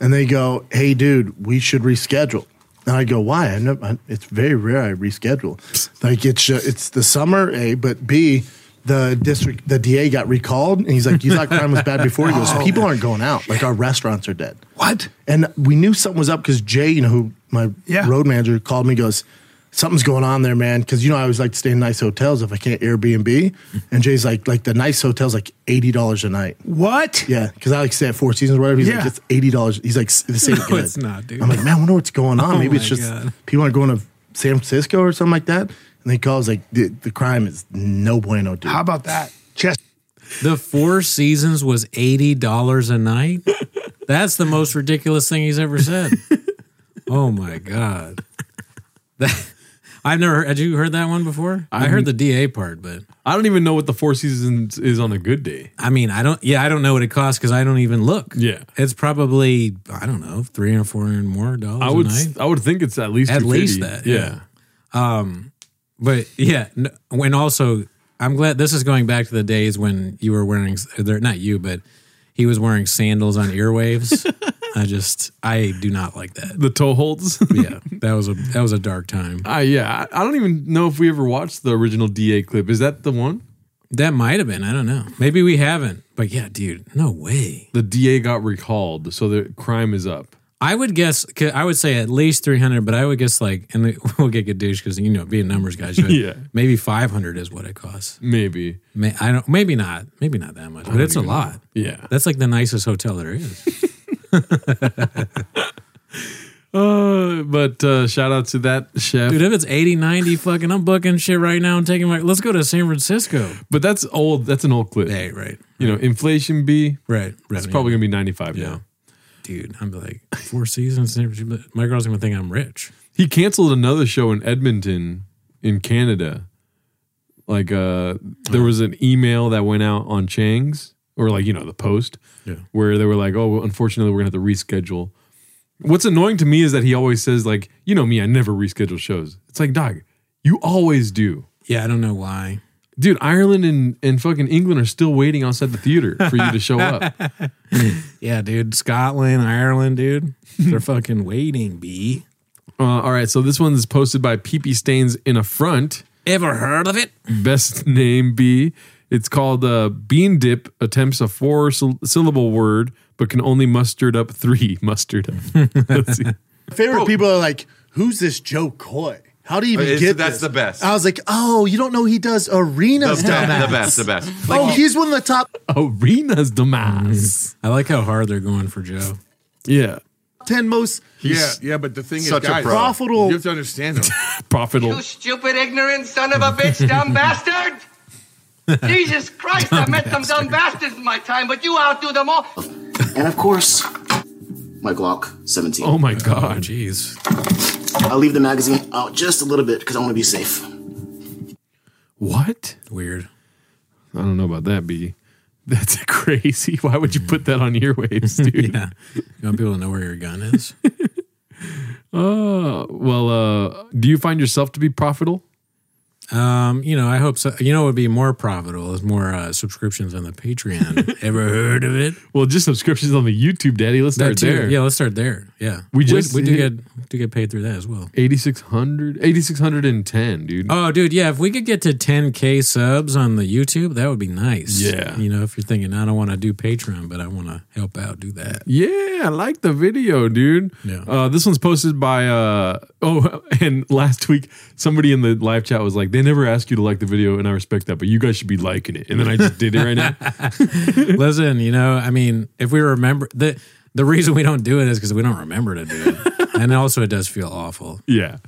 Speaker 5: and they go, "Hey, dude, we should reschedule." And I go, "Why? I never, I, it's very rare I reschedule. Like it's uh, it's the summer, a but b." The district, the DA got recalled, and he's like, "You thought crime was bad before." He goes,
Speaker 2: Oh.
Speaker 5: "People aren't going out. Like our restaurants are dead." What? And we knew something was up because Jay, you know, who my road manager called me, goes, something's going on there, man. Cause you know, I always like to stay in nice hotels if I can't Airbnb. And Jay's like, like the nice hotel's like $80 a night.
Speaker 4: What?
Speaker 5: Yeah. Cause I like to stay at Four Seasons or whatever. He's like,
Speaker 4: Yeah.
Speaker 5: it's $80. He's like, this ain't
Speaker 1: No,
Speaker 5: good.
Speaker 1: it's not, dude.
Speaker 5: I'm like, man, I wonder what's going on.
Speaker 1: Oh
Speaker 5: Maybe it's
Speaker 1: my
Speaker 5: just
Speaker 1: God.
Speaker 5: people aren't going to San Francisco or something like that. And they call us like, the, the crime is no bueno, dude. How
Speaker 4: about that? Just
Speaker 1: the Four Seasons was eighty dollars a night. That's the most ridiculous thing he's ever said. Oh my god! That, I've never. Had you heard that one before? i heard the DA part, but
Speaker 3: I don't even know what the Four Seasons is on a good day.
Speaker 1: I mean, I don't. Yeah, I don't know what it costs because I don't even look.
Speaker 3: Yeah.
Speaker 1: it's probably I don't know three or four hundred more dollars.
Speaker 3: I
Speaker 1: a
Speaker 3: would
Speaker 1: night.
Speaker 3: I would think it's at least
Speaker 1: at least
Speaker 3: 250.
Speaker 1: that. Yeah. Um, but yeah, n- when also I'm glad this is going back to the days when you were wearing they're not you, but he was wearing sandals on earwaves. I just I do not like that.
Speaker 3: The toe holds.
Speaker 1: yeah, that was a that was a dark time.
Speaker 3: Ah, yeah. I, I don't even know if we ever watched the original DA clip. Is that the one?
Speaker 1: That might have been. I don't know. Maybe we haven't. But yeah, dude, no way.
Speaker 3: The DA got recalled, so the crime is up.
Speaker 1: I would guess. 'cause I would say at least three hundred, but I would guess like, and we'll get good douche because you know, being numbers guys, you-
Speaker 3: Yeah.
Speaker 1: maybe five hundred is what it costs.
Speaker 3: Maybe.
Speaker 1: May, I don't. Maybe not. Maybe not that much,
Speaker 3: I
Speaker 1: but
Speaker 3: don't
Speaker 1: it's a
Speaker 3: even know.
Speaker 1: lot.
Speaker 3: Yeah.
Speaker 1: That's like the nicest hotel there is.
Speaker 3: Uh, but uh, shout out to that chef.
Speaker 1: Dude, if it's 80, 90, fucking, I'm booking shit right now. I'm taking my, let's go to San Francisco.
Speaker 3: But that's old. That's an old clip.
Speaker 1: Hey, right.
Speaker 3: You know, inflation B.
Speaker 1: Right.
Speaker 3: It's
Speaker 1: Revenue.
Speaker 3: probably gonna be ninety five now.
Speaker 1: Dude, I'm like, four seasons, San Francisco. My girl's going to think I'm rich.
Speaker 3: He canceled another show in Edmonton, in Canada. Like, uh, there was an email that went out on Chang's or like you know the Post,
Speaker 1: Yeah.
Speaker 3: where they were like, "Oh, well, unfortunately, we're gonna have to reschedule." What's annoying to me is that he always says like, "You know me, I never reschedule shows." It's like, dog, you always do.
Speaker 1: Yeah, I don't know why.
Speaker 3: Dude, Ireland and, and fucking England are still waiting outside the theater for you to show up.
Speaker 1: Yeah, dude. Scotland, Ireland, dude. They're fucking waiting, B.
Speaker 3: Uh, all right, so this one's posted by PP Stains in a front.
Speaker 1: Ever heard of it?
Speaker 3: Best name B. It's called uh, Bean Dip. Attempts a four syl- syllable word, but can only mustered up three. Mustered up. Let's see.
Speaker 1: Oh.
Speaker 5: favorite people are like, "Who's this Joe Coy? How do you even
Speaker 3: It's-
Speaker 5: get
Speaker 3: that's
Speaker 5: this?"
Speaker 3: the best.
Speaker 5: I was like, "Oh, you don't know he does arenas,
Speaker 1: The best,
Speaker 5: dumbass."
Speaker 1: the best, the best.
Speaker 5: oh, he's one of the top
Speaker 3: Arenas Damas.
Speaker 1: I like how hard they're going for Joe.
Speaker 3: Yeah.
Speaker 5: ten most.
Speaker 20: Yeah, yeah, but the thing
Speaker 5: Such a
Speaker 20: is, guys,
Speaker 5: pro. Profitable-
Speaker 20: You have to understand them.
Speaker 3: Profitable.
Speaker 2: Stupid, ignorant son of a bitch, dumb bastard! Jesus Christ, I've met some dumb bastards in my time, but you outdo them all.
Speaker 22: And of course, my Glock 17.
Speaker 3: Oh my god.
Speaker 1: Jeez.
Speaker 22: I'll leave the magazine out just a little bit because I want to be safe.
Speaker 3: What?
Speaker 1: Weird.
Speaker 3: I don't know about that, B. That's crazy. Why would you put that on earwaves, dude? yeah.
Speaker 1: You want people to know where your gun is?
Speaker 3: Oh, well, uh, do you find yourself to be profitable?
Speaker 1: Um, you know, I hope so. You know, it would be more profitable is more uh, subscriptions on the Patreon. Ever heard of it?
Speaker 3: Well, just subscriptions on the YouTube, Daddy. Let's
Speaker 1: That
Speaker 3: start
Speaker 1: too.
Speaker 3: there.
Speaker 1: Yeah, let's start there. Yeah,
Speaker 3: We just
Speaker 1: we, do
Speaker 3: hit-
Speaker 1: get do get paid through that as well.
Speaker 3: 8,600, 8,610, dude.
Speaker 1: Oh, dude, yeah. If we could get to 10k subs on the YouTube, that would be nice.
Speaker 3: Yeah.
Speaker 1: you know, if you're thinking I don't want to do Patreon, but I want to help out, do that.
Speaker 3: Yeah, I like the video, dude.
Speaker 1: Yeah.
Speaker 3: Uh, this one's posted by uh oh, and last week somebody in the live chat was like, "They never ask you to like the video, and I respect that, but you guys should be liking it." And then I just did it right now.
Speaker 1: Listen, you know, I mean, if we remember the the reason we don't do it is because we don't remember to do it, and also it does feel awful.
Speaker 3: Yeah,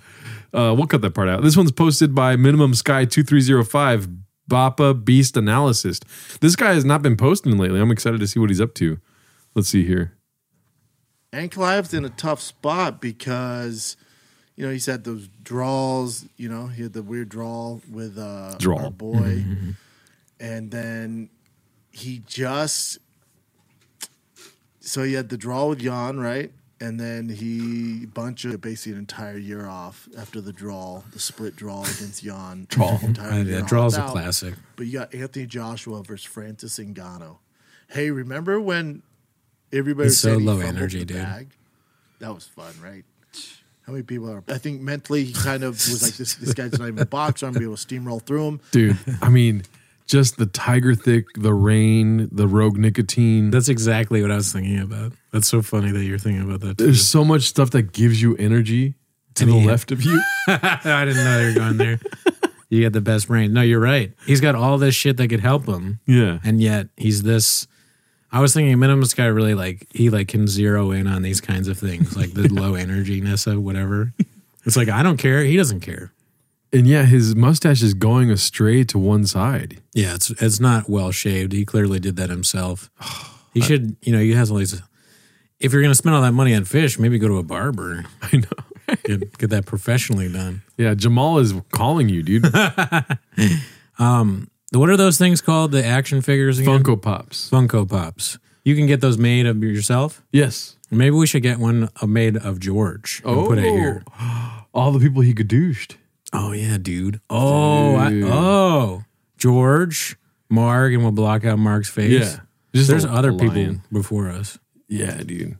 Speaker 3: uh, we'll cut that part out. This one's posted by Minimum Sky two three zero five Bappa Beast Analysis. This guy has not been posting lately. I'm excited to see what he's up to. Let's see here.
Speaker 5: Ankle Ive's in a tough spot because, you know, he's had those draws. You know, he had the weird draw with uh,
Speaker 3: Draw.
Speaker 5: our boy, and then he just. So he had the draw with Jan, right? And then he bunch of basically an entire year off after the draw, the split draw against Jan.
Speaker 1: Draw.
Speaker 5: Entire
Speaker 1: Uh,
Speaker 5: year
Speaker 1: yeah,
Speaker 5: off.
Speaker 1: draw's a
Speaker 5: Now,
Speaker 1: classic.
Speaker 5: But you got Anthony Joshua versus Francis Ngannou. Hey, remember when everybody
Speaker 1: He's
Speaker 5: was
Speaker 1: so
Speaker 5: saying he
Speaker 1: low
Speaker 5: fumbled
Speaker 1: energy,
Speaker 5: the
Speaker 1: dude.
Speaker 5: bag? That was fun, right? How many people are? I think mentally he kind of was like, "This this guy's not even a boxer. I'm gonna be able to steamroll through him."
Speaker 3: dude. I mean, just the tiger thick, the rain, the rogue nicotine.
Speaker 1: That's exactly what I was thinking about. That's so funny that you're thinking about that. Too.
Speaker 3: There's so much stuff that gives you energy to
Speaker 1: And
Speaker 3: the
Speaker 1: he-
Speaker 3: left of you.
Speaker 1: I didn't know you were going there. You got the best brain. No, you're right. He's got all this shit that could help him,
Speaker 3: Yeah.
Speaker 1: and yet he's this. I was thinking minimum guy really like he like can zero in on these kinds of things like the low energiness of whatever. It's like I don't care. He doesn't care.
Speaker 3: And yeah, his mustache is going astray to one side.
Speaker 1: Yeah, it's it's not well shaved. He clearly did that himself. He should, you know, he has all these. If you're gonna spend all that money on fish, maybe go to a barber.
Speaker 3: I know.
Speaker 1: Get, get that professionally done.
Speaker 3: Yeah, Jamal is calling you, dude.
Speaker 1: Um, what are those things called? The action figures? Again?
Speaker 3: Funko Pops.
Speaker 1: Funko Pops. You can get those made of yourself.
Speaker 3: Yes.
Speaker 1: Maybe we should get one uh, made of George and put it here.
Speaker 3: Oh. All the people he gadooshed.
Speaker 1: Oh yeah, dude. Oh, I,
Speaker 3: Dude.
Speaker 1: oh, George, Marg, and we'll block out Marg's face.
Speaker 3: Yeah. Just
Speaker 1: there's
Speaker 3: a-
Speaker 1: other
Speaker 3: a
Speaker 1: people
Speaker 3: lion.
Speaker 1: before us.
Speaker 3: Yeah, dude.
Speaker 1: I'm-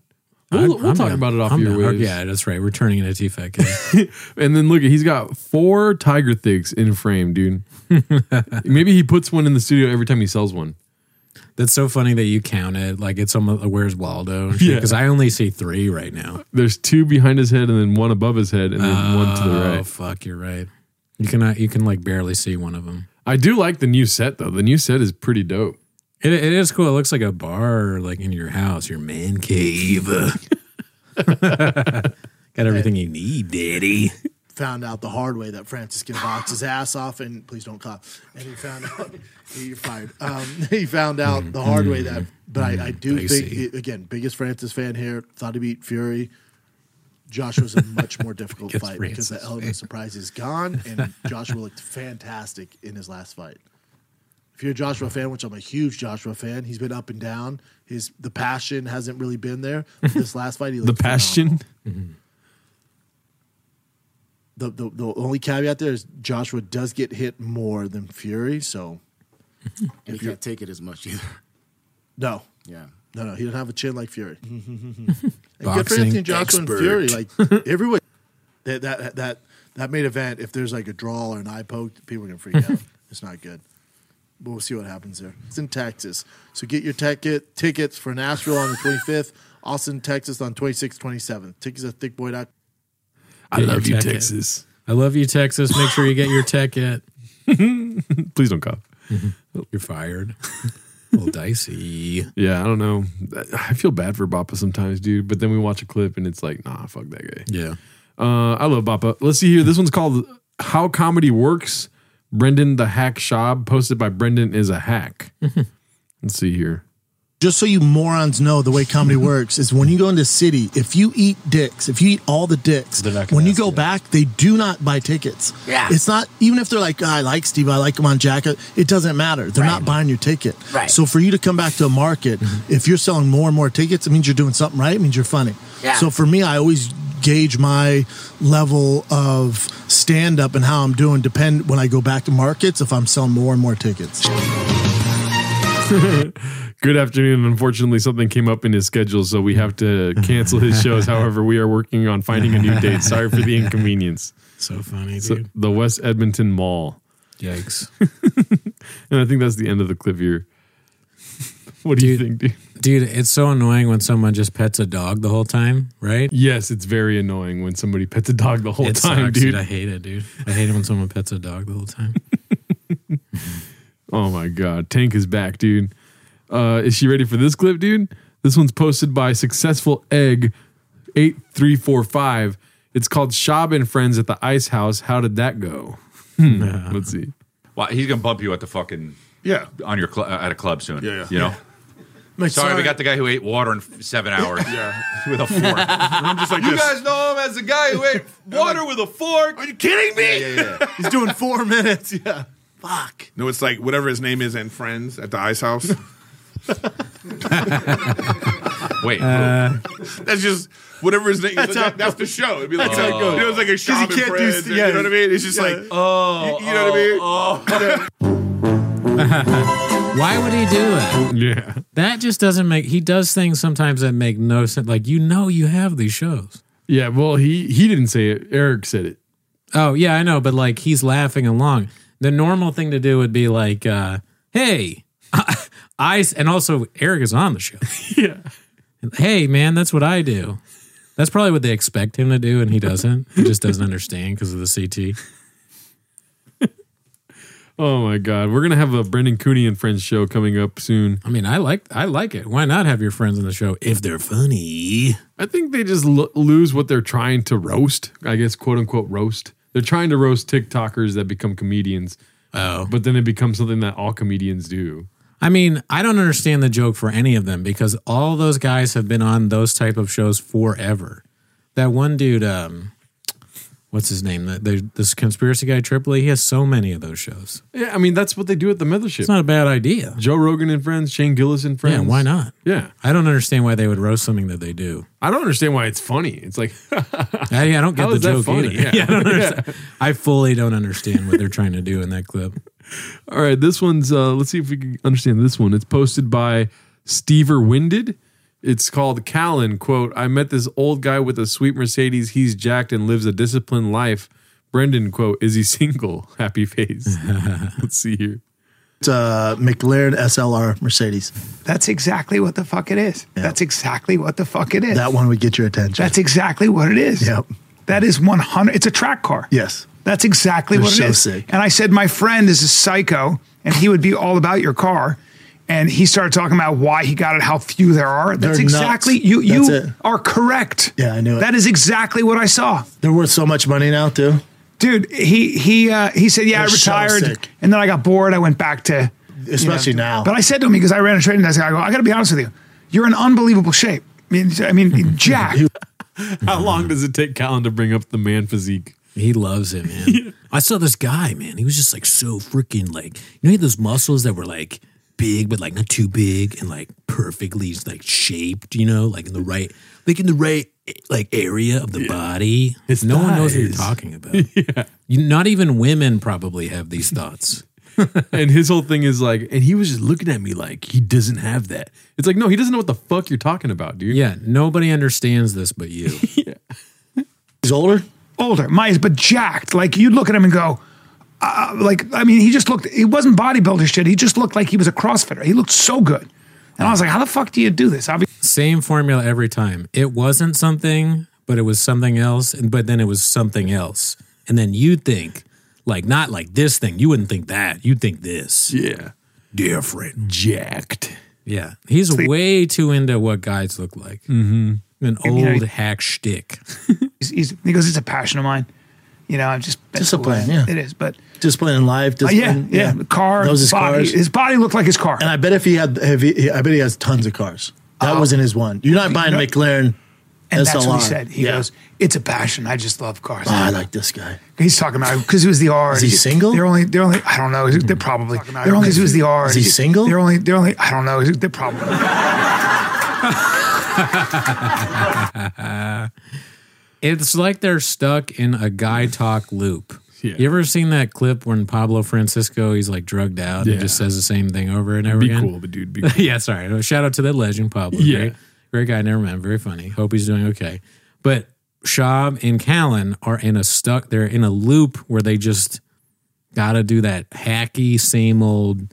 Speaker 3: We'll, we'll
Speaker 1: I'm
Speaker 3: talk
Speaker 1: down.
Speaker 3: about it off
Speaker 1: I'm
Speaker 3: your
Speaker 1: down.
Speaker 3: waves.
Speaker 1: Yeah, that's right. We're turning it into TFK.
Speaker 3: And then look, he's got four tiger thicks in frame, dude. Maybe he puts one in the studio every time he sells one.
Speaker 1: that's so funny that you counted. Like it's almost uh, where's Waldo? Because I only see three right now.
Speaker 3: There's two behind his head and then one above his head and then one to the
Speaker 1: Oh
Speaker 3: right.
Speaker 1: fuck, you're right. You cannot. You can like barely see one of them.
Speaker 3: I do like the new set though. The new set is pretty dope.
Speaker 1: It, it is cool. It looks like a bar, like in your house, your man cave. Got everything you need, daddy.
Speaker 5: Found out the hard way that Francis can box his ass off, and please don't cough. And he found out you're fired. Um, he found out the hard way that, but I, I do
Speaker 1: dicey.
Speaker 5: think again, biggest Francis fan here. Thought he beat Fury. Joshua's a much more difficult
Speaker 1: Biggest
Speaker 5: fight because the
Speaker 1: Francis
Speaker 5: element of surprise is gone, and Joshua looked fantastic in his last fight. If you're a Joshua fan, which I'm a huge Joshua fan, he's been up and down. His the passion hasn't really been there. But This last fight, he
Speaker 3: The
Speaker 5: looked
Speaker 3: passion.
Speaker 5: the, the the only caveat there is Joshua does get hit more than Fury, so
Speaker 18: And he can't take it as much either.
Speaker 5: no,
Speaker 18: Yeah.
Speaker 5: no, no, he doesn't have a chin like Fury. And good for
Speaker 1: Boxing
Speaker 5: Anthony Joshua
Speaker 1: expert.
Speaker 5: and Fury, like everyone that that that that main event. If there's like a draw or an eye poke, people are gonna freak out. It's not good. But we'll see what happens there. It's in Texas, so get your ticket tickets for Nashville on the 25th, Austin, Texas on 26th, 27th. Tickets at thickboy.com.
Speaker 3: I
Speaker 1: Get
Speaker 3: love
Speaker 1: your
Speaker 3: you,
Speaker 1: tech
Speaker 3: Texas.
Speaker 1: I love you, Texas. Make sure you get your tech it.
Speaker 3: Please don't cough.
Speaker 1: You're fired. A little dicey.
Speaker 3: Yeah, I don't know. I feel bad for Bappa sometimes, dude. But then we watch a clip and it's like, nah, fuck that guy.
Speaker 1: Yeah.
Speaker 3: Uh, I love Bappa. Let's see here. This one's called How Comedy Works. Brendan the Hack Shab, posted by Brendan is a hack. Let's see here.
Speaker 5: Just so you morons know the way comedy works is when you go into city, if you eat dicks, if you eat all the dicks, when you go back, they do not buy tickets.
Speaker 2: Yeah.
Speaker 5: It's not even if they're like, "Ah, I like Steve, I like him on jacket, it doesn't matter. They're not buying your ticket.
Speaker 2: Right.
Speaker 5: So for you to come back to a market, if you're selling more and more tickets, it means you're doing something right, it means you're funny.
Speaker 2: Yeah.
Speaker 5: So for me, I always gauge my level of stand up and how I'm doing depend when I go back to markets if I'm selling more and more tickets.
Speaker 3: Good afternoon. Unfortunately, something came up in his schedule, so we have to cancel his shows. However, we are working on finding a new date. Sorry for the inconvenience.
Speaker 1: So funny,
Speaker 3: So-
Speaker 1: dude.
Speaker 3: the West Edmonton Mall.
Speaker 1: Yikes.
Speaker 3: and I think that's the end of the clip here. What do you think, dude?
Speaker 1: Dude, it's so annoying when someone just pets a dog the whole time, right?
Speaker 3: Yes, it's very annoying when somebody pets a dog the whole
Speaker 1: It
Speaker 3: time,
Speaker 1: sucks,
Speaker 3: dude.
Speaker 1: I hate it, dude. I hate it when someone pets a dog the whole time.
Speaker 3: Oh my god, Tank is back, dude. Uh, is she ready for this clip, dude? This one's posted by Successful Egg eight three four five. It's called Shab and Friends at the Ice House. How did that go? Hmm, Let's see.
Speaker 8: Well, he's gonna bump you at the fucking
Speaker 20: yeah
Speaker 8: on your cl- uh, at a club soon.
Speaker 20: Yeah, yeah.
Speaker 8: you know.
Speaker 5: Like,
Speaker 8: sorry,
Speaker 5: sorry.
Speaker 8: we got the guy who ate water in f- seven hours. yeah, with a fork.
Speaker 20: I'm just like
Speaker 8: you
Speaker 20: this.
Speaker 8: guys know him as the guy who ate water with a fork. Are you
Speaker 20: kidding me?
Speaker 5: He's doing four minutes. Yeah.
Speaker 20: No, it's like whatever his name is and friends at the ice house.
Speaker 8: Wait,
Speaker 20: Uh, that's just whatever his name. That's, that, that's the show. It'd be like
Speaker 8: That's how it goes.
Speaker 20: It was like a 'Cause you shop and can't do- friends. yeah, you know what I mean? It's just yeah. like oh, you, you know what I mean?
Speaker 1: Why would he do it?
Speaker 3: Yeah.
Speaker 1: That just doesn't make he does things sometimes that make no sense. Like you know you have these shows.
Speaker 3: Yeah, well he he didn't say it. Eric said it.
Speaker 1: Oh yeah, I know, but like he's laughing along. The normal thing to do would be like, uh, hey, I and also Eric is on the show.
Speaker 3: yeah.
Speaker 1: Hey man, that's what I do. That's probably what they expect him to do, and he doesn't. He just doesn't understand because of the CT.
Speaker 3: Oh my god, we're gonna have a Brendan Cooney and Friends show coming up soon.
Speaker 1: I mean, I like I like it. Why not have your friends on the show if they're funny?
Speaker 3: I think they just lo- lose what they're trying to roast. I guess quote unquote roast. They're trying to roast TikTokers that become comedians.
Speaker 1: Oh,
Speaker 3: but then it becomes something that all comedians do.
Speaker 1: I mean, I don't understand the joke for any of them because all those guys have been on those type of shows forever. That one dude, um, what's his name? The, the, this conspiracy guy Tripoli. He has so many of those shows.
Speaker 3: Yeah, I mean that's what they do at the mothership.
Speaker 1: It's not a bad idea.
Speaker 3: Joe Rogan and Friends, Shane Gillis and Friends.
Speaker 1: Yeah, why not?
Speaker 3: Yeah,
Speaker 1: I don't understand why they would roast something that they do.
Speaker 3: I don't understand why it's funny. It's like
Speaker 1: I, I don't get
Speaker 3: How
Speaker 1: the
Speaker 3: is that
Speaker 1: joke
Speaker 3: funny?
Speaker 1: either.
Speaker 3: Yeah.
Speaker 1: I, don't understand. I fully don't understand what they're trying to do in that clip.
Speaker 3: All right, this one's. Uh, let's see if we can understand this one. It's posted by Stever Winded. It's called Callan. Quote: I met this old guy with a sweet Mercedes. He's jacked and lives a disciplined life. Brendan. Quote: Is he single? Happy face. let's see here.
Speaker 5: It's a uh, McLaren SLR Mercedes.
Speaker 4: That's exactly what the fuck it is. That's exactly what the fuck it is.
Speaker 5: That one would get your attention.
Speaker 4: That's exactly what it is.
Speaker 5: Yep.
Speaker 4: That is 100. It's a track car.
Speaker 5: Yes.
Speaker 4: That's exactly
Speaker 5: They're
Speaker 4: what
Speaker 5: so
Speaker 4: it is.
Speaker 5: sick.
Speaker 4: And I said, my friend is a psycho and he would be all about your car. And he started talking about why he got it, how few there are. That's
Speaker 5: They're nuts.
Speaker 4: exactly you. You
Speaker 5: That's it.
Speaker 4: are correct.
Speaker 5: Yeah, I knew it.
Speaker 4: That is exactly what I saw.
Speaker 5: They're worth so much money now, too.
Speaker 4: Dude, he he uh, he said, "Yeah,
Speaker 5: They're so
Speaker 4: I retired,"
Speaker 5: sick.
Speaker 4: and then I got bored. I went back to, you
Speaker 5: Especially now.
Speaker 4: But I said to him because I ran a trading desk. I go, "I got to be honest with you, you're in unbelievable shape. I mean, I mean, Jack,
Speaker 3: How long does it take Callan to bring up the man physique?
Speaker 1: He loves it, man. I saw this guy, man. He was just like so freaking like you know he had those muscles that were like big but like not too big and like perfectly like shaped, you know, like in the right like in the right like area of the body.
Speaker 3: His
Speaker 1: no one knows what you're
Speaker 3: thighs.
Speaker 1: talking about. You, not even women probably have these thoughts.
Speaker 3: and his whole thing is like, and he was just looking at me like he doesn't have that. It's like, no, he doesn't know what the fuck you're talking about, dude.
Speaker 1: Yeah, nobody understands this but you.
Speaker 5: He's older.
Speaker 4: older, my but jacked. Like you'd look at him and go, uh, like I mean, he just looked. He wasn't bodybuilder shit. He just looked like he was a CrossFitter. He looked so good, and I was like, "How the fuck do you do this?" Obviously,
Speaker 1: Same formula every time. It wasn't something, but it was something else, and but then it was something else. And then you'd think, like, not like this thing. You wouldn't think that. You'd think this.
Speaker 3: Yeah.
Speaker 1: Different.
Speaker 3: Jacked.
Speaker 1: Yeah. He's way too into what guys look like. Mm-hmm. An
Speaker 4: I mean, I-
Speaker 1: old hack shtick.
Speaker 4: he's, he's, he goes, "It's a passion of mine." You know, I'm just that's the
Speaker 5: Discipline,
Speaker 4: way
Speaker 5: yeah.
Speaker 4: It is, but
Speaker 5: Discipline in live.
Speaker 4: Uh, yeah,
Speaker 5: Discipline,
Speaker 4: yeah, the car,
Speaker 5: Those his
Speaker 4: body-
Speaker 5: cars.
Speaker 4: his body looked like his car.
Speaker 5: And I bet if he had, if he, I bet he has tons of cars. That wasn't his one. You're not buying a
Speaker 4: Oh. No.
Speaker 5: McLaren.
Speaker 4: and that's what
Speaker 5: SLR.
Speaker 4: he said. He
Speaker 5: Yeah.
Speaker 4: goes, "It's a passion. I just love cars."
Speaker 5: Oh, I like this guy.
Speaker 4: He's talking about because it was the R.
Speaker 5: Is he single?
Speaker 4: They're only. They're only. I don't know. They're probably. They're only because it was the R.
Speaker 5: Is he single?
Speaker 4: They're only. They're only. I don't know. They're probably.
Speaker 1: it's like they're stuck in a guy talk loop. You ever seen that clip when Pablo Francisco he's like drugged out
Speaker 3: Yeah.
Speaker 1: and just says the same thing over and over
Speaker 3: Be
Speaker 1: again?
Speaker 3: cool, but dude, be cool.
Speaker 1: yeah, sorry. Shout out to that legend, Pablo.
Speaker 3: Yeah.
Speaker 1: Great, great guy. Never mind. Very funny. Hope he's doing okay. But Shab and Callan are in a stuck. They're in a loop where they just got to do that hacky same old.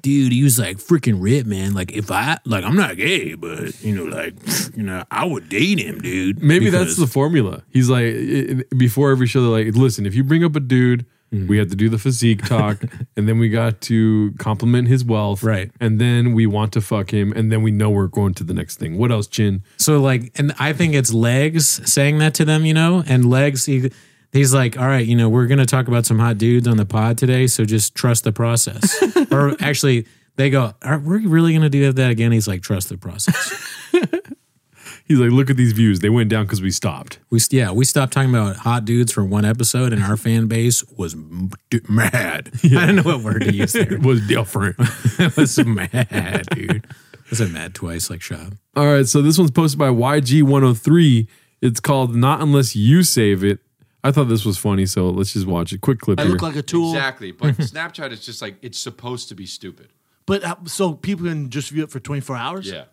Speaker 1: Dude, he was like freaking rip, man. Like if I like, I'm not gay, but you know, like you know, I would date him, dude.
Speaker 3: Maybe
Speaker 1: because-
Speaker 3: that's the formula. He's like i- i- before every show, they're like, "Listen, if you bring up a dude,
Speaker 1: Mm-hmm.
Speaker 3: we have to do the physique talk, and then we got to compliment his wealth, right? And then we want to fuck him, and then we know we're going to the next thing. What else, Chin?
Speaker 1: So like, and I think it's legs saying that to them, you know, and legs. He, he's like, all right, you know, we're gonna talk about some hot dudes on the pod today, so just trust the process. or actually, they go, are we really gonna do that again? He's like, trust the process.
Speaker 3: He's like, "Look at these views. They went down because we stopped."
Speaker 1: we yeah, we stopped talking about hot dudes for one episode, and our fan base was m- d- mad. I don't know what word to use there.
Speaker 3: it was different.
Speaker 1: it was mad, dude. I said mad twice, like shop.
Speaker 3: All right, so this one's posted by YG103. It's called "Not Unless You Save It." I thought this was funny, so let's just watch it. Quick clip.
Speaker 20: I
Speaker 3: here.
Speaker 20: look like a tool. Exactly, but Snapchat is just like it's supposed to be stupid.
Speaker 5: But uh, so people can just view it for 24 hours?
Speaker 20: Yeah,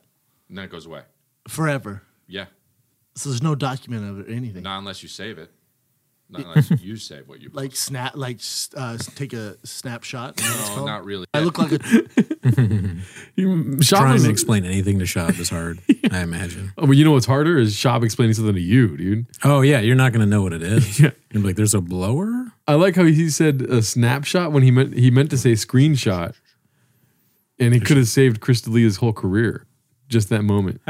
Speaker 20: and then it goes away.
Speaker 5: Forever.
Speaker 20: Yeah,
Speaker 5: So there's no document of it or anything.
Speaker 20: not unless you save it. Not unless you save what you.
Speaker 5: Like snap, like s- uh, s- take a snapshot.
Speaker 20: No, not really.
Speaker 5: I look like a.
Speaker 3: Shop
Speaker 1: Trying
Speaker 3: is-
Speaker 1: to explain anything to shop is hard. I imagine.
Speaker 3: Oh, but you know what's harder is Shab explaining something to you, dude.
Speaker 1: Oh yeah, you're not gonna know what it is. yeah. You're like, there's a blower?
Speaker 3: I like how he said a snapshot when he meant he meant to say screenshot, and he could have saved Crystalia's whole career, just that moment.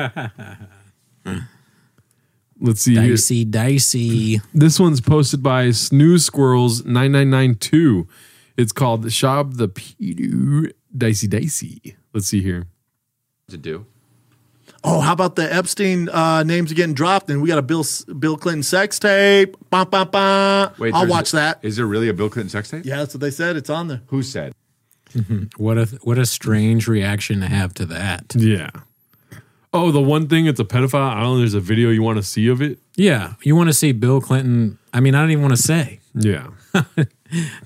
Speaker 3: Let's see here.
Speaker 1: Dicey, dicey.
Speaker 3: This one's posted by Snooze Squirrels nine nine nine two. It's called Shab the Pedo Dicey Dicey. Let's see here.
Speaker 20: To do.
Speaker 5: Oh, how about the Epstein uh, names are getting dropped, and we got a Bill Bill Clinton sex tape. Bah, bah, bah. I'll
Speaker 9: there's-
Speaker 5: watch that.
Speaker 9: Is there really a Bill Clinton sex tape?
Speaker 5: Yeah, that's what they said. It's on there.
Speaker 9: Who said?
Speaker 1: What a what a strange reaction to have to that.
Speaker 3: Yeah. Oh, the one thing it's a pedophile island. There's a video you want to see of it.
Speaker 1: Yeah. You want to see Bill Clinton. I mean, I don't even want to say.
Speaker 3: Yeah.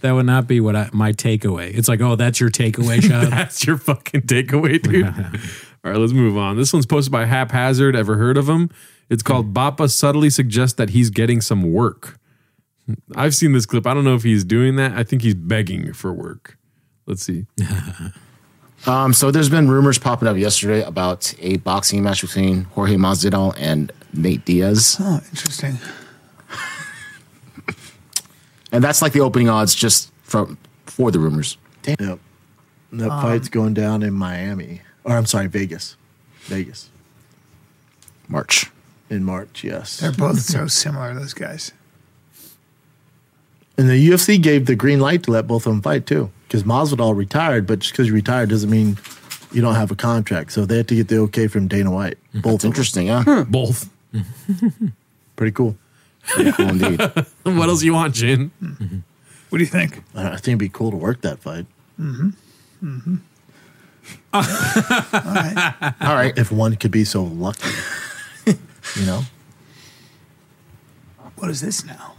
Speaker 1: That would not be what I, my takeaway. It's like, oh, that's your takeaway, Shab.
Speaker 3: That's your fucking takeaway, dude. All right, let's move on. This one's posted by Haphazard. Ever heard of him? It's called Bappa subtly suggests that he's getting some work. I've seen this clip. I don't know if he's doing that. I think he's begging for work. Let's see.
Speaker 22: Um, so there's been rumors popping up yesterday about a boxing match between Jorge Masvidal and Nate Diaz.
Speaker 4: Oh, interesting.
Speaker 22: And that's like the opening odds just from for the rumors.
Speaker 5: Yep. And that
Speaker 22: Um,
Speaker 5: fight's going down in Miami, or I'm sorry, Vegas, Vegas
Speaker 22: March.
Speaker 5: in March. Yes,
Speaker 4: They're both so similar. Those guys.
Speaker 5: And the UFC gave the green light to let both of them fight too, because Masvidal retired, but just because you retired doesn't mean you don't have a contract. So they had to get the okay from Dana White.
Speaker 4: Mm-hmm.
Speaker 5: Both
Speaker 22: interesting, huh?
Speaker 3: Hmm. Both.
Speaker 5: Pretty cool.
Speaker 22: Pretty cool indeed.
Speaker 3: what else you want, Jin?
Speaker 4: What do you think?
Speaker 5: I I think it'd be cool to work that fight.
Speaker 4: Mm-hmm. Mm-hmm. All right.
Speaker 5: All right, if one could be so lucky, you know.
Speaker 4: What is this now?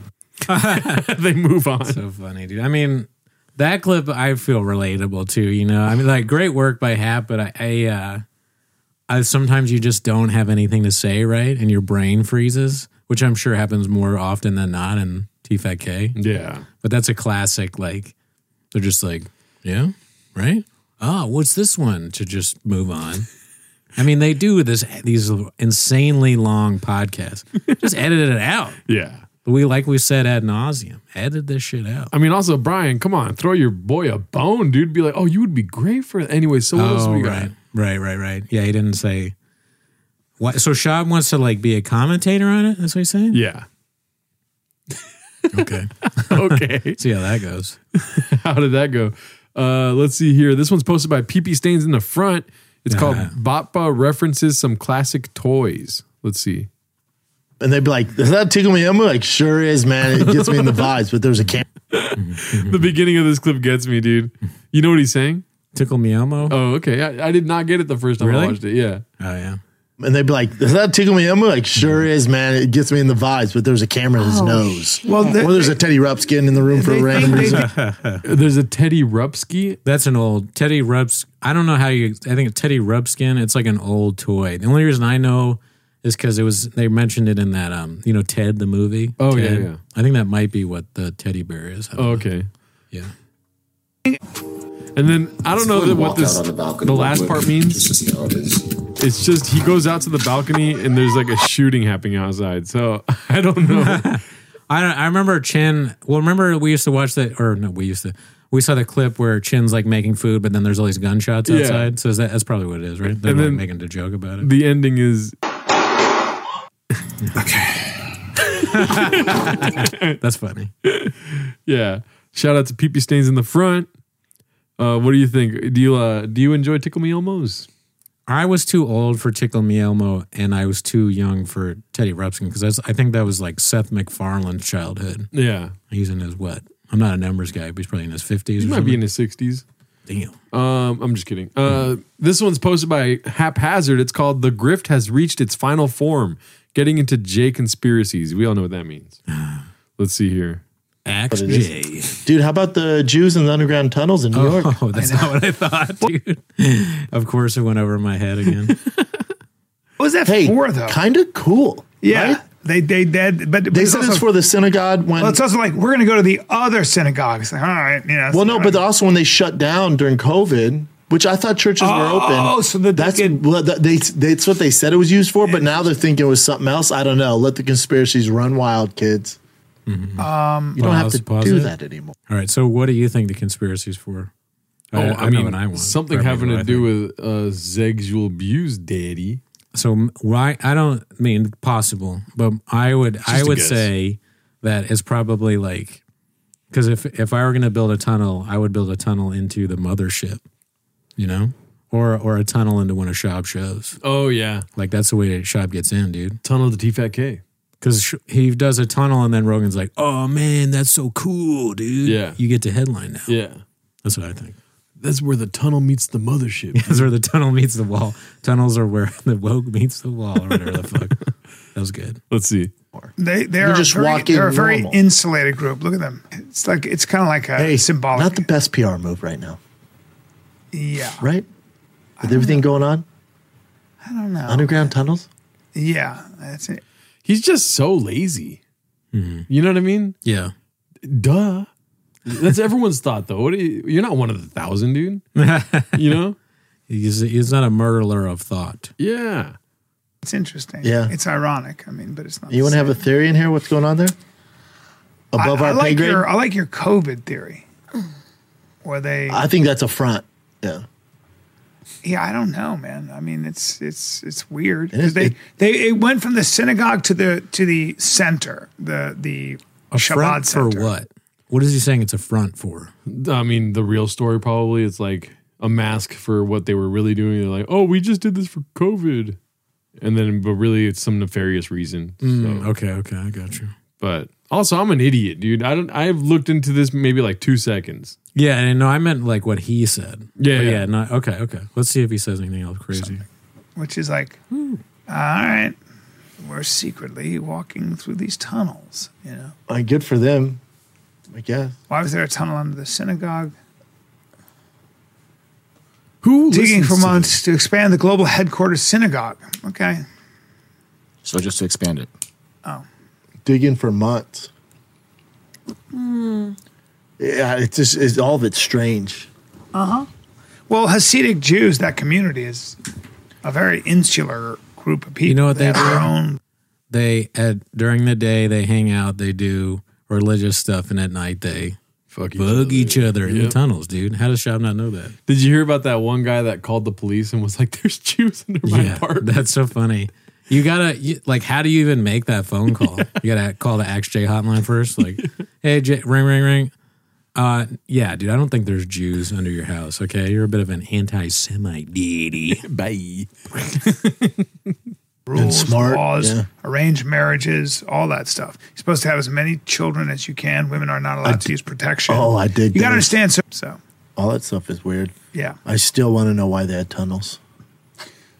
Speaker 3: they move on.
Speaker 1: So funny, dude. I mean, that clip I feel relatable to. You know, I mean, like great work by Hap, but I, I, uh, I sometimes you just don't have anything to say, right? And your brain freezes, which I'm sure happens more often than not in T5K.
Speaker 3: Yeah,
Speaker 1: but that's a classic. Like they're just like, yeah, right. Oh, what's this one? To just move on. I mean, they do this these insanely long podcasts. Just edit it out.
Speaker 3: Yeah.
Speaker 1: We like we said ad nauseum. Edit this shit out.
Speaker 3: I mean, also Brian, come on, throw your boy a bone, dude. Be like, oh, you would be great for it. Anyway, so what else we got?
Speaker 1: Oh, right, right, right, right. Yeah, he didn't say. What? So Shab wants to like be a commentator on it. That's what he's saying.
Speaker 3: Yeah.
Speaker 1: Okay.
Speaker 3: okay.
Speaker 1: See how that goes.
Speaker 3: How did that go? Uh, let's see here. This one's posted by PP Stains in the front. It's called Bappa references some classic toys. Let's see.
Speaker 5: And they'd be like, does that tickle me? I'm like, sure is, man. It gets me in the vibes, but there's a camera.
Speaker 3: the beginning of this clip gets me, dude. You know what he's saying?
Speaker 1: Tickle me Elmo.
Speaker 3: Oh, okay. I, I did not get it the first time I
Speaker 5: Really?
Speaker 3: watched it. Yeah.
Speaker 1: Oh, yeah.
Speaker 5: And they'd be like, does that tickle me? I'm like, sure is, man. It gets me in the vibes, but there's a camera in his nose.
Speaker 4: Oh, Well, they-
Speaker 5: or there's a Teddy Rupskin in the room for a random reason.
Speaker 3: There's a Teddy Rupski.
Speaker 1: That's an old Teddy Rubs. I don't know how you. I think Teddy Rubskin. It's like an old toy. The only reason I know is because it was they mentioned it in that um you know Ted the movie.
Speaker 3: Oh, yeah,
Speaker 1: Ted.
Speaker 3: yeah.
Speaker 1: I think that might be what the teddy bear is. I don't
Speaker 3: Oh,
Speaker 1: know.
Speaker 3: okay.
Speaker 1: Yeah.
Speaker 3: And then I don't know
Speaker 1: Someone
Speaker 3: that what
Speaker 1: walked
Speaker 3: this
Speaker 1: out on the
Speaker 3: the,
Speaker 1: balcony real
Speaker 3: last
Speaker 1: quick,
Speaker 3: part means. It's just he goes out to the balcony and there's like a shooting happening outside. So I don't know.
Speaker 1: I don't. I remember Chin. Well, remember we used to watch that, or no, we used to. We saw the clip where Chin's like making food, but then there's all these gunshots
Speaker 3: Yeah.
Speaker 1: outside. So is that, that's probably what it is, right? They're
Speaker 3: And
Speaker 1: like
Speaker 3: then-
Speaker 1: making a joke about it.
Speaker 3: the ending is
Speaker 1: that's funny.
Speaker 3: yeah. Shout out to Peepee Stains in the front. Uh, what do you think? Do you uh, do you enjoy Tickle Me Elmos?
Speaker 1: I was too old for Tickle Me Elmo, and I was too young for Teddy Rupskin because I think that was like Seth MacFarlane's childhood.
Speaker 3: Yeah,
Speaker 1: he's in his what? I'm not a numbers guy, but he's probably in his fifties.
Speaker 3: He might be in his sixties.
Speaker 1: Damn.
Speaker 3: Um, I'm just kidding. Uh, this one's posted by Haphazard. It's called "The Grift Has Reached Its Final Form," getting into J conspiracies. We all know what that means. Let's see here.
Speaker 1: Axe
Speaker 5: But it is- Dude, how about the Jews in the underground tunnels in New York?
Speaker 1: Oh, that's not what I thought, dude. of course, it went over my head again.
Speaker 4: What was that for, though?
Speaker 5: Kind of cool.
Speaker 4: Yeah. They, they, did, but
Speaker 5: They said it's for the synagogue when.
Speaker 4: Well, it's also like, we're going to go to the other synagogue. It's like, all right. You know,
Speaker 5: well, no, but also when they shut down during COVID, which I thought churches were open.
Speaker 4: Oh, so the-
Speaker 5: that's well, that- they, that's what they said it was used for, but now they're thinking it was something else. I don't know. Let the conspiracies run wild, kids.
Speaker 4: um,
Speaker 5: You don't have to do that anymore.
Speaker 1: All right. So, what do you think the conspiracy's for?
Speaker 3: Oh, I,
Speaker 1: know what
Speaker 3: mean,
Speaker 1: want.
Speaker 3: something
Speaker 1: Or maybe
Speaker 3: having
Speaker 1: what
Speaker 3: to
Speaker 1: I
Speaker 3: do with uh, sexual abuse, daddy.
Speaker 1: So m- why I don't mean possible, but I would I
Speaker 3: just a
Speaker 1: would
Speaker 3: guess.
Speaker 1: say that it's probably like because if if I were going to build a tunnel, I would build a tunnel into the mothership, you know, or or a tunnel into one of Shab shows.
Speaker 3: Oh yeah,
Speaker 1: Like that's the way that Shab gets in, dude.
Speaker 3: Tunnel to TFK.
Speaker 1: Because he does a tunnel and then Rogan's like, "Oh man, that's so cool, dude!
Speaker 3: Yeah.
Speaker 1: you get to headline now."
Speaker 3: Yeah,
Speaker 1: That's what I think.
Speaker 3: that's where the tunnel meets the mothership.
Speaker 1: That's where the tunnel meets the wall. Tunnels are where the woke meets the wall, or whatever the fuck. That was good.
Speaker 3: Let's see.
Speaker 4: They they
Speaker 5: You're
Speaker 4: are
Speaker 5: just
Speaker 4: very,
Speaker 5: walking
Speaker 4: They're a very
Speaker 5: normal.
Speaker 4: insulated group. Look at them. It's like it's kind of like a symbolic.
Speaker 5: Not the best PR move right now,
Speaker 4: yeah,
Speaker 5: right? With everything going on,
Speaker 4: I don't know.
Speaker 5: underground tunnels.
Speaker 4: yeah, that's it.
Speaker 3: He's just so lazy. You know what I mean?
Speaker 1: Yeah.
Speaker 3: Duh. That's everyone's thought, though. What are you, you're not one of the thousand, dude. You know?
Speaker 1: He's, he's not a murderer of thought.
Speaker 3: Yeah.
Speaker 4: It's interesting.
Speaker 5: Yeah.
Speaker 4: it's ironic. I mean, but it's not.
Speaker 5: You want to have a theory in here? What's going on there? Above
Speaker 4: I,
Speaker 5: our
Speaker 4: I like
Speaker 5: pay grade.
Speaker 4: Your, uh, I like your COVID theory, where they.
Speaker 5: I think that's a front. Yeah.
Speaker 4: yeah, I don't know, man. I mean, it's it's it's weird.
Speaker 5: It is-
Speaker 4: 'Cause they
Speaker 5: it-
Speaker 4: they it went from the synagogue to the to the center, the the
Speaker 1: A
Speaker 4: Shabbat
Speaker 1: front for
Speaker 4: center.
Speaker 1: what? What is he saying it's a front for?
Speaker 3: I mean, the real story probably is like a mask for what they were really doing. They're like, oh, we just did this for COVID. And then, but really, it's some nefarious reason.
Speaker 1: Mm, okay, okay, I got you.
Speaker 3: But also, I'm an idiot, dude. I don't, I've looked into this maybe like two seconds.
Speaker 1: Yeah, and no, I meant like what he said.
Speaker 3: Yeah,
Speaker 1: But
Speaker 3: yeah.
Speaker 1: yeah. Not, okay, okay. Let's see if he says anything else crazy.
Speaker 4: which is like, all right, we're secretly walking through these tunnels. You know,
Speaker 5: Like, good for them. I guess.
Speaker 4: why was there a tunnel under the synagogue?
Speaker 3: Who
Speaker 4: digging
Speaker 5: listens
Speaker 4: for
Speaker 5: to
Speaker 4: months to expand the global headquarters synagogue? Okay,
Speaker 22: So just to expand it.
Speaker 5: Digging for months.
Speaker 4: Hmm.
Speaker 5: Yeah, it's just it's all of it's strange.
Speaker 4: uh huh. Well, Hasidic Jews, that community is a very insular group of people.
Speaker 1: You know what they
Speaker 4: have their own-
Speaker 1: do? They at during the day they hang out, they do religious stuff, and at night they
Speaker 3: Fuck
Speaker 1: bug each other in the
Speaker 3: Yep.
Speaker 1: tunnels, dude. How does Shab not know that?
Speaker 3: Did you hear about that one guy that called the police and was like, there's Jews under my
Speaker 1: Yeah,
Speaker 3: apartment?
Speaker 1: that's so funny. You gotta you, like, how do you even make that phone call? You gotta call the Axe J hotline first. Like, hey, J, ring, ring, ring. Uh, yeah, dude, I don't think there's Jews under your house. Okay, you're a bit of an anti-Semite deity. Bye.
Speaker 4: rules,
Speaker 1: smart,
Speaker 4: laws,
Speaker 1: yeah.
Speaker 4: arranged marriages, all that stuff. You're supposed to have as many children as you can. Women are not allowed to use protection.
Speaker 5: Oh, I did
Speaker 4: You
Speaker 5: that.
Speaker 4: gotta understand. So, so
Speaker 5: All that stuff is weird.
Speaker 4: yeah.
Speaker 5: I still want to know why they had tunnels.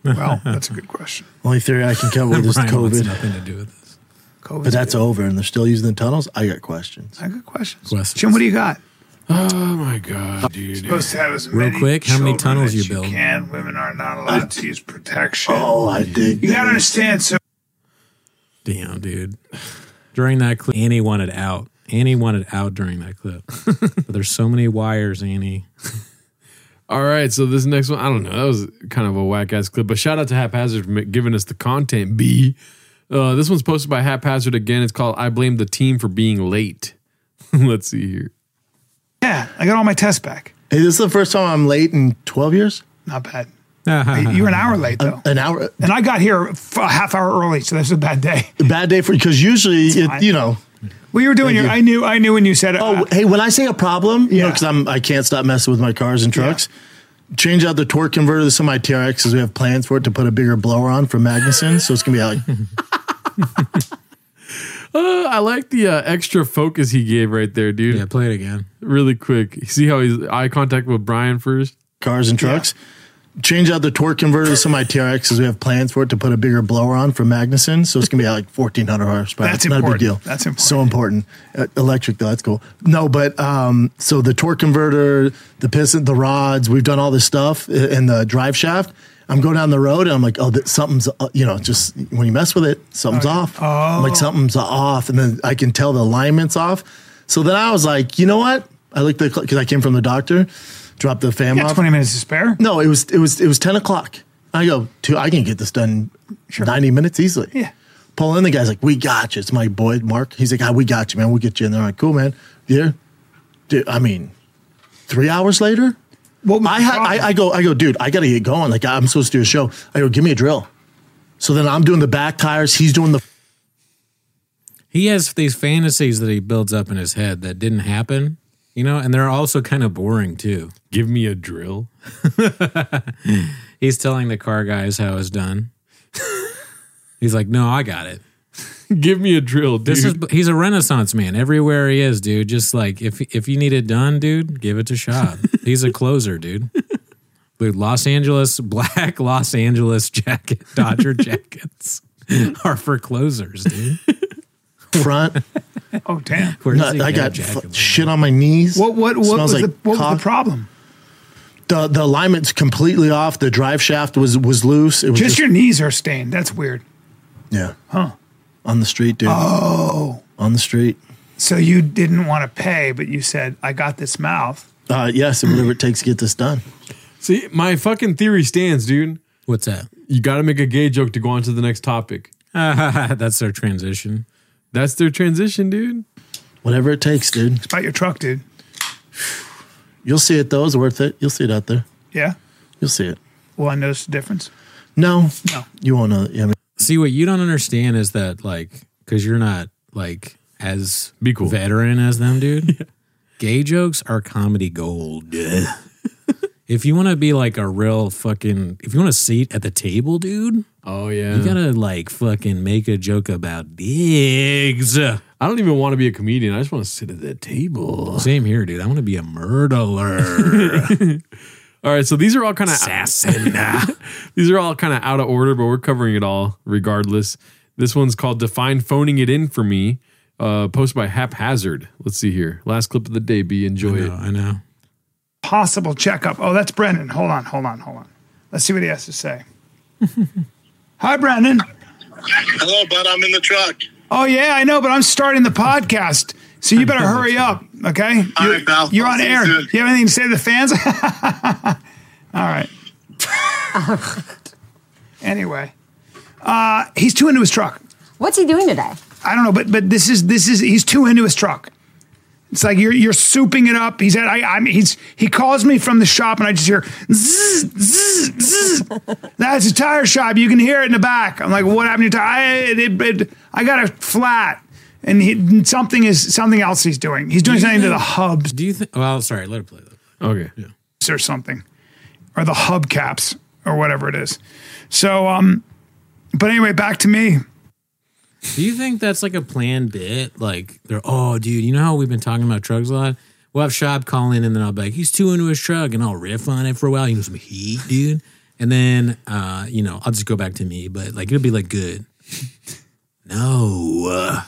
Speaker 4: Well, that's a good question.
Speaker 5: Only theory I can come up with is
Speaker 4: Brian wants
Speaker 5: COVID.
Speaker 4: nothing
Speaker 1: to do with
Speaker 5: this.
Speaker 4: COVID,
Speaker 5: but that's over, and they're still using the tunnels. I got questions.
Speaker 4: I got questions. Jim, what do you got?
Speaker 5: Oh my god,
Speaker 4: You're supposed to have as
Speaker 5: Real
Speaker 4: many
Speaker 5: quick, how many
Speaker 4: children
Speaker 5: tunnels
Speaker 4: as
Speaker 5: you
Speaker 4: you
Speaker 5: build?
Speaker 4: Can women are not allowed to use protection. Oh, I did. You gotta understand. So
Speaker 1: Damn, dude. During that clip, Annie wanted out. Annie wanted out during that clip. but there's so many wires, Annie.
Speaker 3: All right, so this next one, I don't know. That was kind of a whack ass clip, but shout out to Haphazard for giving us the content. B. Uh, this one's posted by Haphazard again. It's called "I Blame the Team for Being Late." Let's see here.
Speaker 4: yeah, I got all my tests back.
Speaker 5: Hey, this is the first time I'm late in 12 years.
Speaker 4: Not bad. you were an hour late though.
Speaker 5: An hour,
Speaker 4: and I got here f- a half hour early, so that's a bad day.
Speaker 5: Bad day for because usually it,
Speaker 4: fine.
Speaker 5: you know.
Speaker 4: Well, you were doing your.
Speaker 5: Thank you.
Speaker 4: I knew. I knew when you said. uh,
Speaker 5: Oh, hey, when I say a problem, you know, because I'm I can't stop messing with my cars and trucks. Change out the torque converter to some of my TRX because we have plans for it to put a bigger blower on from Magnuson, so it's gonna be like
Speaker 3: Uh, I like the uh, extra focus he gave right there, dude. Yeah,
Speaker 1: play it again
Speaker 3: really quick. See how he's eye contact with Brian first.
Speaker 5: cars and trucks. Change out the torque converter to some of my TRX because we have plans for it to put a bigger blower on from Magnuson, so it's gonna be like 1400 horsepower.
Speaker 4: That's
Speaker 5: It's not a
Speaker 4: important.
Speaker 5: big deal.
Speaker 4: That's
Speaker 5: important. So important. Uh, electric though, that's cool. No, but um, so the torque converter, the piston, the rods, we've done all this stuff uh, and the drive shaft. I'm going down the road and I'm like, oh, that something's, uh, you know, just when you mess with it, something's off. I'm
Speaker 4: Oh.
Speaker 5: like, something's off. And then I can tell the alignment's off. So then I was like, you know what? I looked at, because I came from the doctor, dropped the fam
Speaker 4: You got
Speaker 5: off.
Speaker 4: 20 minutes to spare?
Speaker 5: No, it was, it was, it was 10 o'clock. I go, dude, I can get this done 90 minutes easily. Yeah. Pull in, the guy's like, we got you. It's my boy, Mark. He's like, ah, we got you, man. We'll get you in there. I'm like, cool, man. Yeah. Dude, I mean, three hours later,
Speaker 4: well,
Speaker 5: I, had, I I go I go, dude, I gotta get going. Like I'm supposed to do a show. I go, give me a drill. So then I'm doing the back tires. He's doing the
Speaker 1: He has these fantasies that he builds up in his head that didn't happen, you know, and they're also kind of boring too.
Speaker 3: Give me a drill.
Speaker 1: He's telling the car guys how it's done. He's like, no, I got it.
Speaker 3: Give me a drill, dude.
Speaker 1: This is he's a renaissance man. Everywhere he is, dude. Just like if if you need it done, dude, give it to Shab. he's a closer, dude. Dude, Los Angeles black Los Angeles jacket Dodger jackets are for closers, dude.
Speaker 5: front.
Speaker 4: oh damn!
Speaker 1: Where does he
Speaker 5: I
Speaker 1: get a
Speaker 5: got
Speaker 1: jacket
Speaker 5: fu- shit on my knees. What
Speaker 4: what what was the- what was the problem?
Speaker 5: The the alignment's completely off. The drive shaft was was loose. It was
Speaker 4: just, your knees are stained. That's weird.
Speaker 5: yeah
Speaker 4: Huh.
Speaker 5: on the street, dude.
Speaker 4: Oh.
Speaker 5: on the street.
Speaker 4: So you didn't want to pay, but you said, I got this mouth.
Speaker 5: Uh, yes, and whatever it takes to get this done.
Speaker 3: See, my fucking theory stands, dude.
Speaker 1: What's that?
Speaker 3: You got to make a gay joke to go on to the next topic.
Speaker 1: That's their transition.
Speaker 3: That's their transition, dude.
Speaker 5: Whatever it takes, dude.
Speaker 4: About your truck, dude.
Speaker 5: You'll see it though. It's worth it. You'll see it out there.
Speaker 4: Yeah.
Speaker 5: You'll see it.
Speaker 4: Well, I noticed the difference.
Speaker 5: No,
Speaker 4: no.
Speaker 5: You won't know. Yeah, I mean,
Speaker 1: See what you don't understand is that like because you're not like as
Speaker 3: Be cool.
Speaker 1: veteran as them, dude. Gay jokes are comedy gold. if you want to be like a real fucking, if you want a seat at the table, dude,
Speaker 3: Oh yeah.
Speaker 1: you gotta like fucking make a joke about digs.
Speaker 3: I don't even want to be a comedian. I just want to sit at that table.
Speaker 1: Same here, dude. I want to be a murderer.
Speaker 3: All right, so these are all kind of
Speaker 1: assassin.
Speaker 3: these are all kind of out of order, but we're covering it all regardless. This one's called "Define Phoning It In for Me," uh, posted by Haphazard. Let's see here. Last clip of the day. Be enjoy it.
Speaker 1: I know.
Speaker 4: Possible checkup. Oh, that's Brendan. Hold on, hold on, hold on. Let's see what he has to say. Hi, Brendan.
Speaker 9: Hello, bud. I'm in the truck.
Speaker 4: Oh, yeah, I know, but I'm starting the podcast. So you better hurry up, okay? You're, you're on air. Do you have anything to say to the fans? All right. anyway, uh, he's too into his truck.
Speaker 10: What's he doing today?
Speaker 4: I don't know, but but this is this is he's too into his truck. It's like you're you're souping it up. He's at I, I'm he's he calls me from the shop and I just hear zzz, zzz, zzz. that's a tire shop. You can hear it in the back. I'm like, what happened to your tire? I, it, it, I got a flat, and he, something is something else he's doing. He's doing
Speaker 1: Do you
Speaker 4: something to the
Speaker 1: think-
Speaker 4: hubs.
Speaker 1: Do you think? Well, sorry, let it play. Let it
Speaker 4: Okay. Or something, or the hubcaps, or whatever it is. So, um, but anyway, back to me.
Speaker 1: play. Do you think that's like a planned bit? Like they're oh, dude, you know how we've been talking about trucks a lot. We'll have Shab call in, and then I'll be like, he's too into his truck, and I'll riff on it for a while. You know, some heat, dude. And then, uh, you know, I'll just go back to me, but like it'll be like good. No,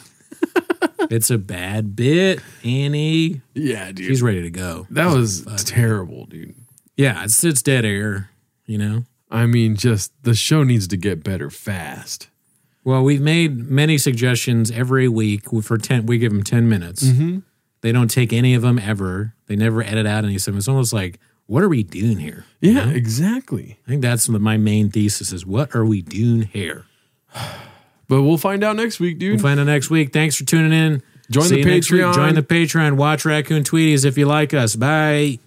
Speaker 1: it's a bad bit, Annie.
Speaker 3: Yeah, dude.
Speaker 1: She's ready to go.
Speaker 3: That was terrible, dude.
Speaker 1: Yeah, it's it's dead air, you know.
Speaker 3: I mean, just the show needs to get better fast.
Speaker 1: Well, we've made many suggestions every week for ten. We give them ten minutes.
Speaker 3: Mhm.
Speaker 1: They don't take any of them ever. They never edit out any of them. It's almost like, what are we doing here?
Speaker 3: Yeah, exactly.
Speaker 1: I think that's my main thesis: is what are we doing here?
Speaker 3: But we'll find out next week, dude.
Speaker 1: We'll find out next week. Thanks for tuning in.
Speaker 3: Join
Speaker 1: See
Speaker 3: the
Speaker 1: you next week.
Speaker 3: Patreon.
Speaker 1: Join the Patreon. Watch Raccoon Tweeties if you like us. Bye.